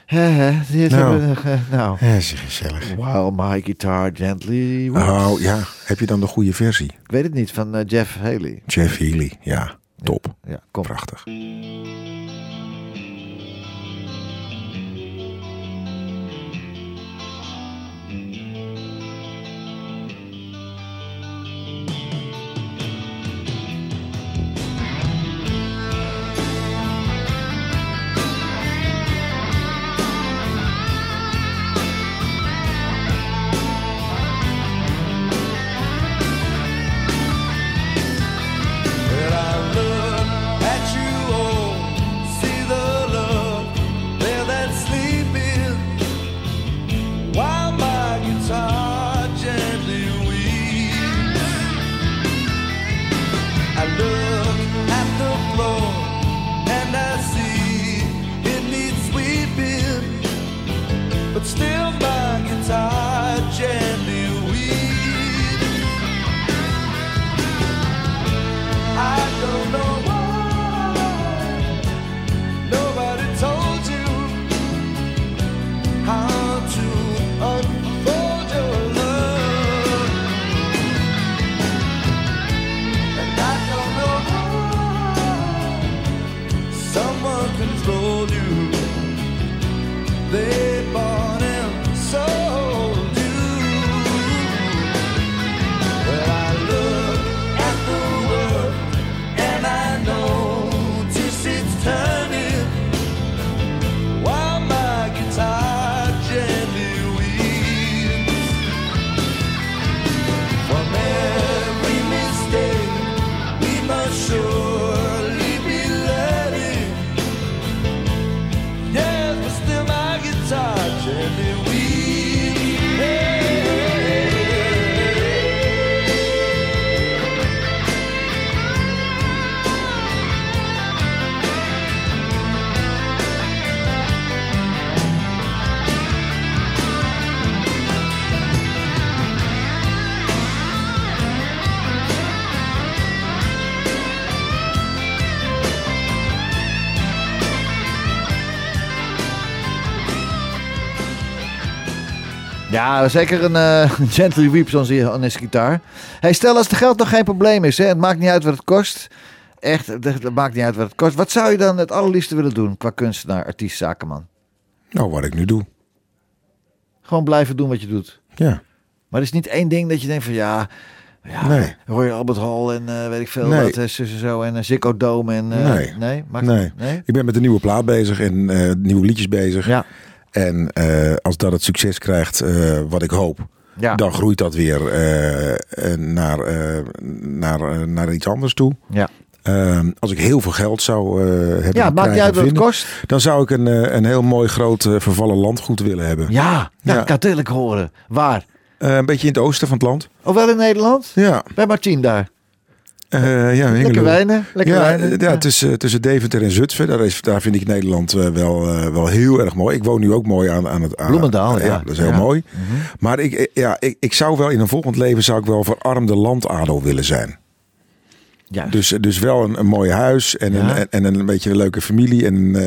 Speaker 2: Hè, hè, dit
Speaker 3: Nou.
Speaker 2: hebben we, eh, nou.
Speaker 3: Ja, zeg gezellig.
Speaker 2: While my guitar gently. weeps.
Speaker 3: Oh ja, heb je dan de goede versie?
Speaker 2: Ik weet het niet van eh, Jeff Haley.
Speaker 3: Jeff Healy, ja, top.
Speaker 2: Ja, kom.
Speaker 3: Prachtig.
Speaker 5: Well, I look at you all, see the love there that's sleeping, while my guitar gently weeps. I look at the floor and I see it needs sweeping, but still my guitar gently weeps. I don't know why nobody told you how to unfold your love, and I don't know why someone controlled you. They bought and sold you. Well, I look at the world and I notice it's turning while my guitar gently weeps. From every mistake, we must surely be learning. Yes, but still my guitar gently weeps.
Speaker 2: Ja, zeker een eh, gently weeps on his- on his gitaar. Hey, stel als het geld nog geen probleem is, hè, het maakt niet uit wat het kost. Echt, het het maakt niet uit wat het kost. Wat zou je dan het allerliefste willen doen qua kunstenaar, artiest, zakenman?
Speaker 3: Nou, wat ik nu doe.
Speaker 2: Gewoon blijven doen wat je doet.
Speaker 3: Ja.
Speaker 2: Maar het is niet één ding dat je denkt van ja, ja
Speaker 3: Nee.
Speaker 2: Royal Albert Hall en eh, weet ik veel
Speaker 3: Nee.
Speaker 2: wat, eh, zus en zo en eh, Ziggo Dome en eh,
Speaker 3: Nee.
Speaker 2: nee, maakt het-
Speaker 3: Nee.
Speaker 2: nee?
Speaker 3: Ik ben met een nieuwe plaat bezig en eh, nieuwe liedjes bezig.
Speaker 2: Ja,
Speaker 3: En eh, als dat het succes krijgt eh, wat ik hoop,
Speaker 2: ja,
Speaker 3: dan groeit dat weer eh, eh, naar, eh, naar, eh, naar iets anders toe.
Speaker 2: ja.
Speaker 3: Eh, als ik heel veel geld zou eh,
Speaker 2: ja
Speaker 3: hebben,
Speaker 2: het maakt niet
Speaker 3: krijgen,
Speaker 2: uit wat het
Speaker 3: vinden,
Speaker 2: kost.
Speaker 3: dan zou ik een, eh, een heel mooi groot eh, vervallen landgoed willen hebben.
Speaker 2: Ja, ja,
Speaker 3: Ja.
Speaker 2: dat kan natuurlijk horen. Waar?
Speaker 3: Eh, een beetje in het oosten van het land.
Speaker 2: Oh, wel in Nederland?
Speaker 3: Ja,
Speaker 2: Bij Martien daar.
Speaker 3: Eh, ja
Speaker 2: Lekker
Speaker 3: Hengelo.
Speaker 2: wijnen. Lekker
Speaker 3: ja,
Speaker 2: wijnen.
Speaker 3: eh, ja, tussen, tussen Deventer en Zutphen. Daar, is, daar vind ik Nederland eh, wel, eh, wel heel erg mooi. Ik woon nu ook mooi aan, aan het... Aan,
Speaker 2: Bloemendaal, ja.
Speaker 3: Dat is heel
Speaker 2: Ja. Mhm.
Speaker 3: mooi. Maar ik, eh, ja, ik, ik zou wel in een volgend leven zou ik wel verarmde landadel willen zijn.
Speaker 2: Juist.
Speaker 3: Dus, dus wel een, een mooi huis en,
Speaker 2: Ja.
Speaker 3: een, en- en een beetje een leuke familie en, eh,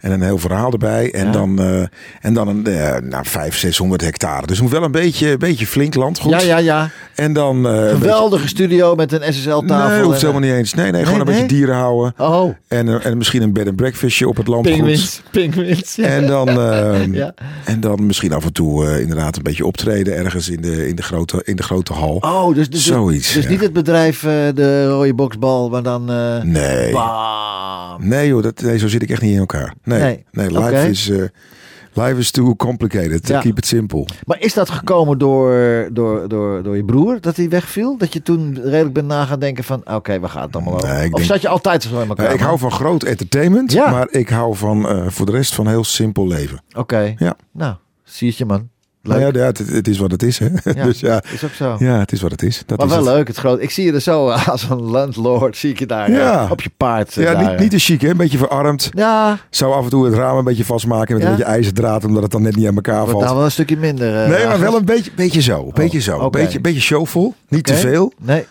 Speaker 3: en een heel verhaal erbij. En
Speaker 2: Ja.
Speaker 3: dan, eh, en dan een, eh nou, 500, 600 hectare. Dus het moet wel een beetje, beetje flink landgoed.
Speaker 2: ja, ja, ja.
Speaker 3: En dan... eh, een
Speaker 2: Geweldige studio met een
Speaker 3: beetje-
Speaker 2: SSL-tafel.
Speaker 3: Nee, hoeft
Speaker 2: en, eh,
Speaker 3: helemaal niet eens. Nee, nee, gewoon
Speaker 2: nee?
Speaker 3: een beetje dieren houden.
Speaker 2: Oh,
Speaker 3: En, eh, en misschien een bed and breakfastje op het landgoed.
Speaker 2: pingwins. Pingwins. Ja.
Speaker 3: En dan, eh,
Speaker 2: Ja.
Speaker 3: en dan misschien af en toe eh, inderdaad een beetje optreden ergens in de, in de, grote, in de grote hal.
Speaker 2: Oh, dus, dus,
Speaker 3: Zoiets,
Speaker 2: dus
Speaker 3: ja.
Speaker 2: niet het bedrijf eh, de rode boksbal, maar dan... eh
Speaker 3: Nee.
Speaker 2: Bam.
Speaker 3: Nee joh, dat, nee, zo zit ik echt niet in elkaar. Nee,
Speaker 2: Nee.
Speaker 3: nee. life,
Speaker 2: Oké.
Speaker 3: is, eh, life is too complicated.
Speaker 2: Ja.
Speaker 3: Keep it simple.
Speaker 2: Maar is dat gekomen door, door, door, door je broer, dat hij wegviel? Dat je toen redelijk bent na gaan denken van, oké, we gaan het allemaal over.
Speaker 3: Nee, ik
Speaker 2: of
Speaker 3: denk-
Speaker 2: zat je altijd zo in elkaar?
Speaker 3: Nou, ik hou van groot entertainment,
Speaker 2: Ja.
Speaker 3: maar ik hou van eh, voor de rest van heel simpel leven.
Speaker 2: Oké,
Speaker 3: Ja.
Speaker 2: nou, zie het je man. Leuk.
Speaker 3: Nou ja, ja, het, het is wat het is. Hè?
Speaker 2: Ja,
Speaker 3: dus ja,
Speaker 2: is ook zo.
Speaker 3: ja, het is wat het is. Dat
Speaker 2: maar
Speaker 3: is
Speaker 2: wel
Speaker 3: het.
Speaker 2: leuk, het groot. Ik zie je er zo eh, als een landlord, zie ik je daar
Speaker 3: Ja.
Speaker 2: eh, op je paard. eh,
Speaker 3: Ja,
Speaker 2: daar,
Speaker 3: niet, niet te chic, hè? een beetje verarmd.
Speaker 2: Ja,
Speaker 3: Zou af en toe het raam een beetje vastmaken met
Speaker 2: Ja?
Speaker 3: een beetje ijzerdraad, omdat het dan net niet aan elkaar
Speaker 2: wordt
Speaker 3: valt.
Speaker 2: nou wel een stukje minder. eh,
Speaker 3: Nee, maar
Speaker 2: Agnes.
Speaker 3: wel een beetje, beetje zo. beetje zo.
Speaker 2: oké.
Speaker 3: Beetje, beetje showvol. Niet
Speaker 2: Oké.
Speaker 3: te veel.
Speaker 2: Nee,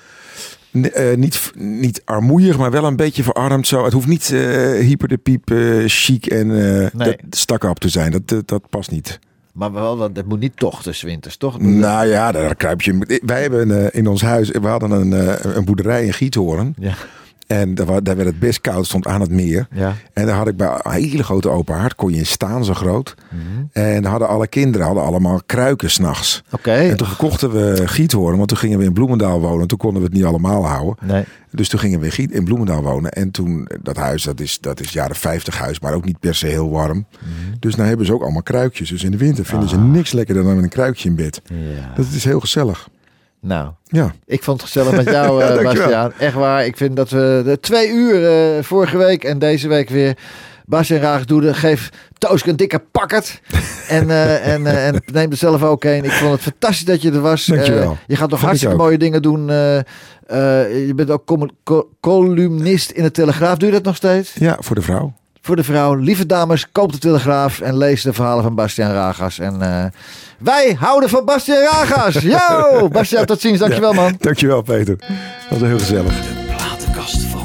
Speaker 3: N- eh, niet, niet armoeig, maar wel een beetje verarmd. Zo. Het hoeft niet eh, hyper de piep, eh, chic en eh
Speaker 2: Nee.
Speaker 3: dat stak-up te zijn. Dat, dat, dat past niet.
Speaker 2: maar wel, dat dat moet niet toch tussen winters, toch?
Speaker 3: Nou ja, daar kruip je. Wij hebben eh, in ons huis, we hadden een, eh, een boerderij in Giethoorn.
Speaker 2: Ja,
Speaker 3: En daar, wa- daar werd het best koud, stond aan het meer.
Speaker 2: ja.
Speaker 3: En daar had ik bij een hele grote open haard, kon je in staan zo groot.
Speaker 2: Mhm.
Speaker 3: En daar hadden alle kinderen hadden allemaal kruiken s'nachts.
Speaker 2: oké.
Speaker 3: En toen verkochten we Giethoorn, want toen gingen we in Bloemendaal wonen. Toen konden we het niet allemaal houden.
Speaker 2: Nee.
Speaker 3: Dus toen gingen we in, Giet, in Bloemendaal wonen. En toen, dat huis, dat is, dat is jaren 50 huis, maar ook niet per se heel warm.
Speaker 2: Mhm.
Speaker 3: Dus nou hebben ze ook allemaal kruikjes. Dus in de winter vinden
Speaker 2: Ah.
Speaker 3: ze niks lekkerder dan met een kruikje in bed.
Speaker 2: Ja.
Speaker 3: Dat is heel gezellig.
Speaker 2: Nou,
Speaker 3: Ja,
Speaker 2: ik vond het gezellig met jou,
Speaker 3: Ja,
Speaker 2: eh,
Speaker 3: dankjewel.
Speaker 2: Bastiaan. Echt waar. Ik vind dat we de twee uur eh, vorige week en deze week weer. Bas en Raag Doede, geef Toosk een dikke pakket. En, eh, en, eh, en neem er zelf ook een. Ik vond het fantastisch dat je er was.
Speaker 3: Dankjewel.
Speaker 2: Eh, je gaat nog
Speaker 3: ik
Speaker 2: hartstikke
Speaker 3: ook.
Speaker 2: mooie dingen doen. eh, eh, je bent ook commu- co- columnist in de Telegraaf. Doe je dat nog steeds?
Speaker 3: ja voor de vrouw.
Speaker 2: voor de vrouw. Lieve dames, koop de Telegraaf en lees de verhalen van Bastiaan Ragas. En eh, wij houden van Bastiaan Ragas. Yo! Bastiaan, tot ziens. Dankjewel, man.
Speaker 3: Dankjewel, Peter. Dat was heel gezellig.
Speaker 1: Platenkast van.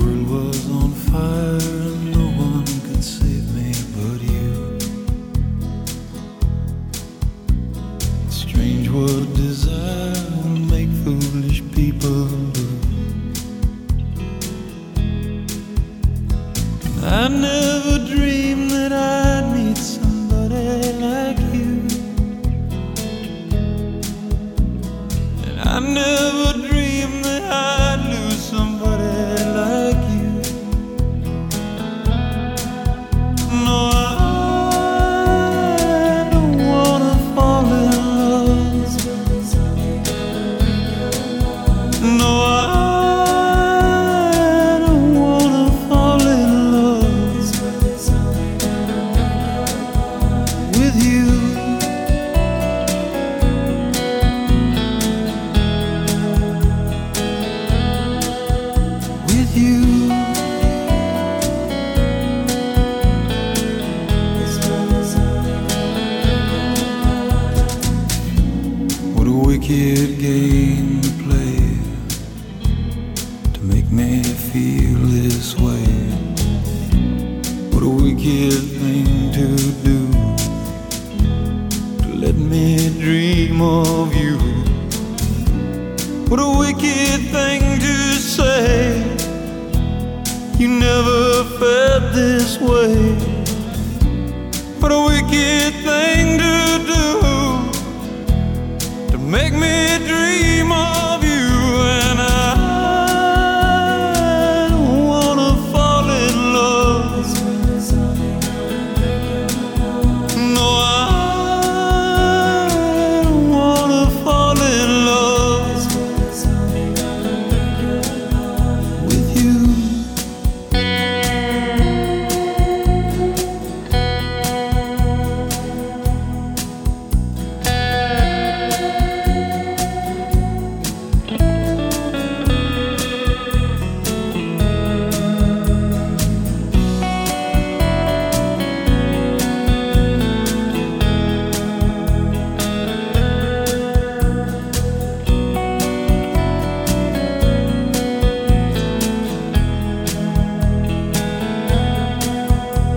Speaker 9: world was on fire and no one could save me but you. Strange what desire will make foolish people do. I never dreamed that I'd meet somebody like you. And I never dreamed that I'd lose somebody like you. No, I don't wanna fall in love. No, I don't wanna fall in love.
Speaker 5: this way. What a wicked thing to do. To let me dream of you. What a wicked thing to say. You never felt this way. What a wicked thing to do to make me dream of you and I don't wanna fall in love. No, I don't wanna fall in love with you.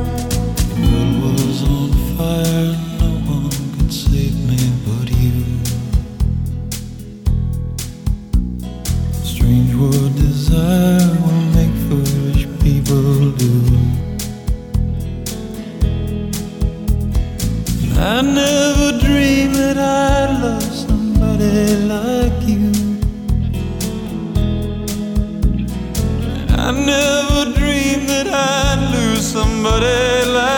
Speaker 5: world was on fire, no one could save me but you. Strange what desire will make foolish people do. And I never dreamed that I'd love somebody like you. And I never dreamed that I'd lose somebody like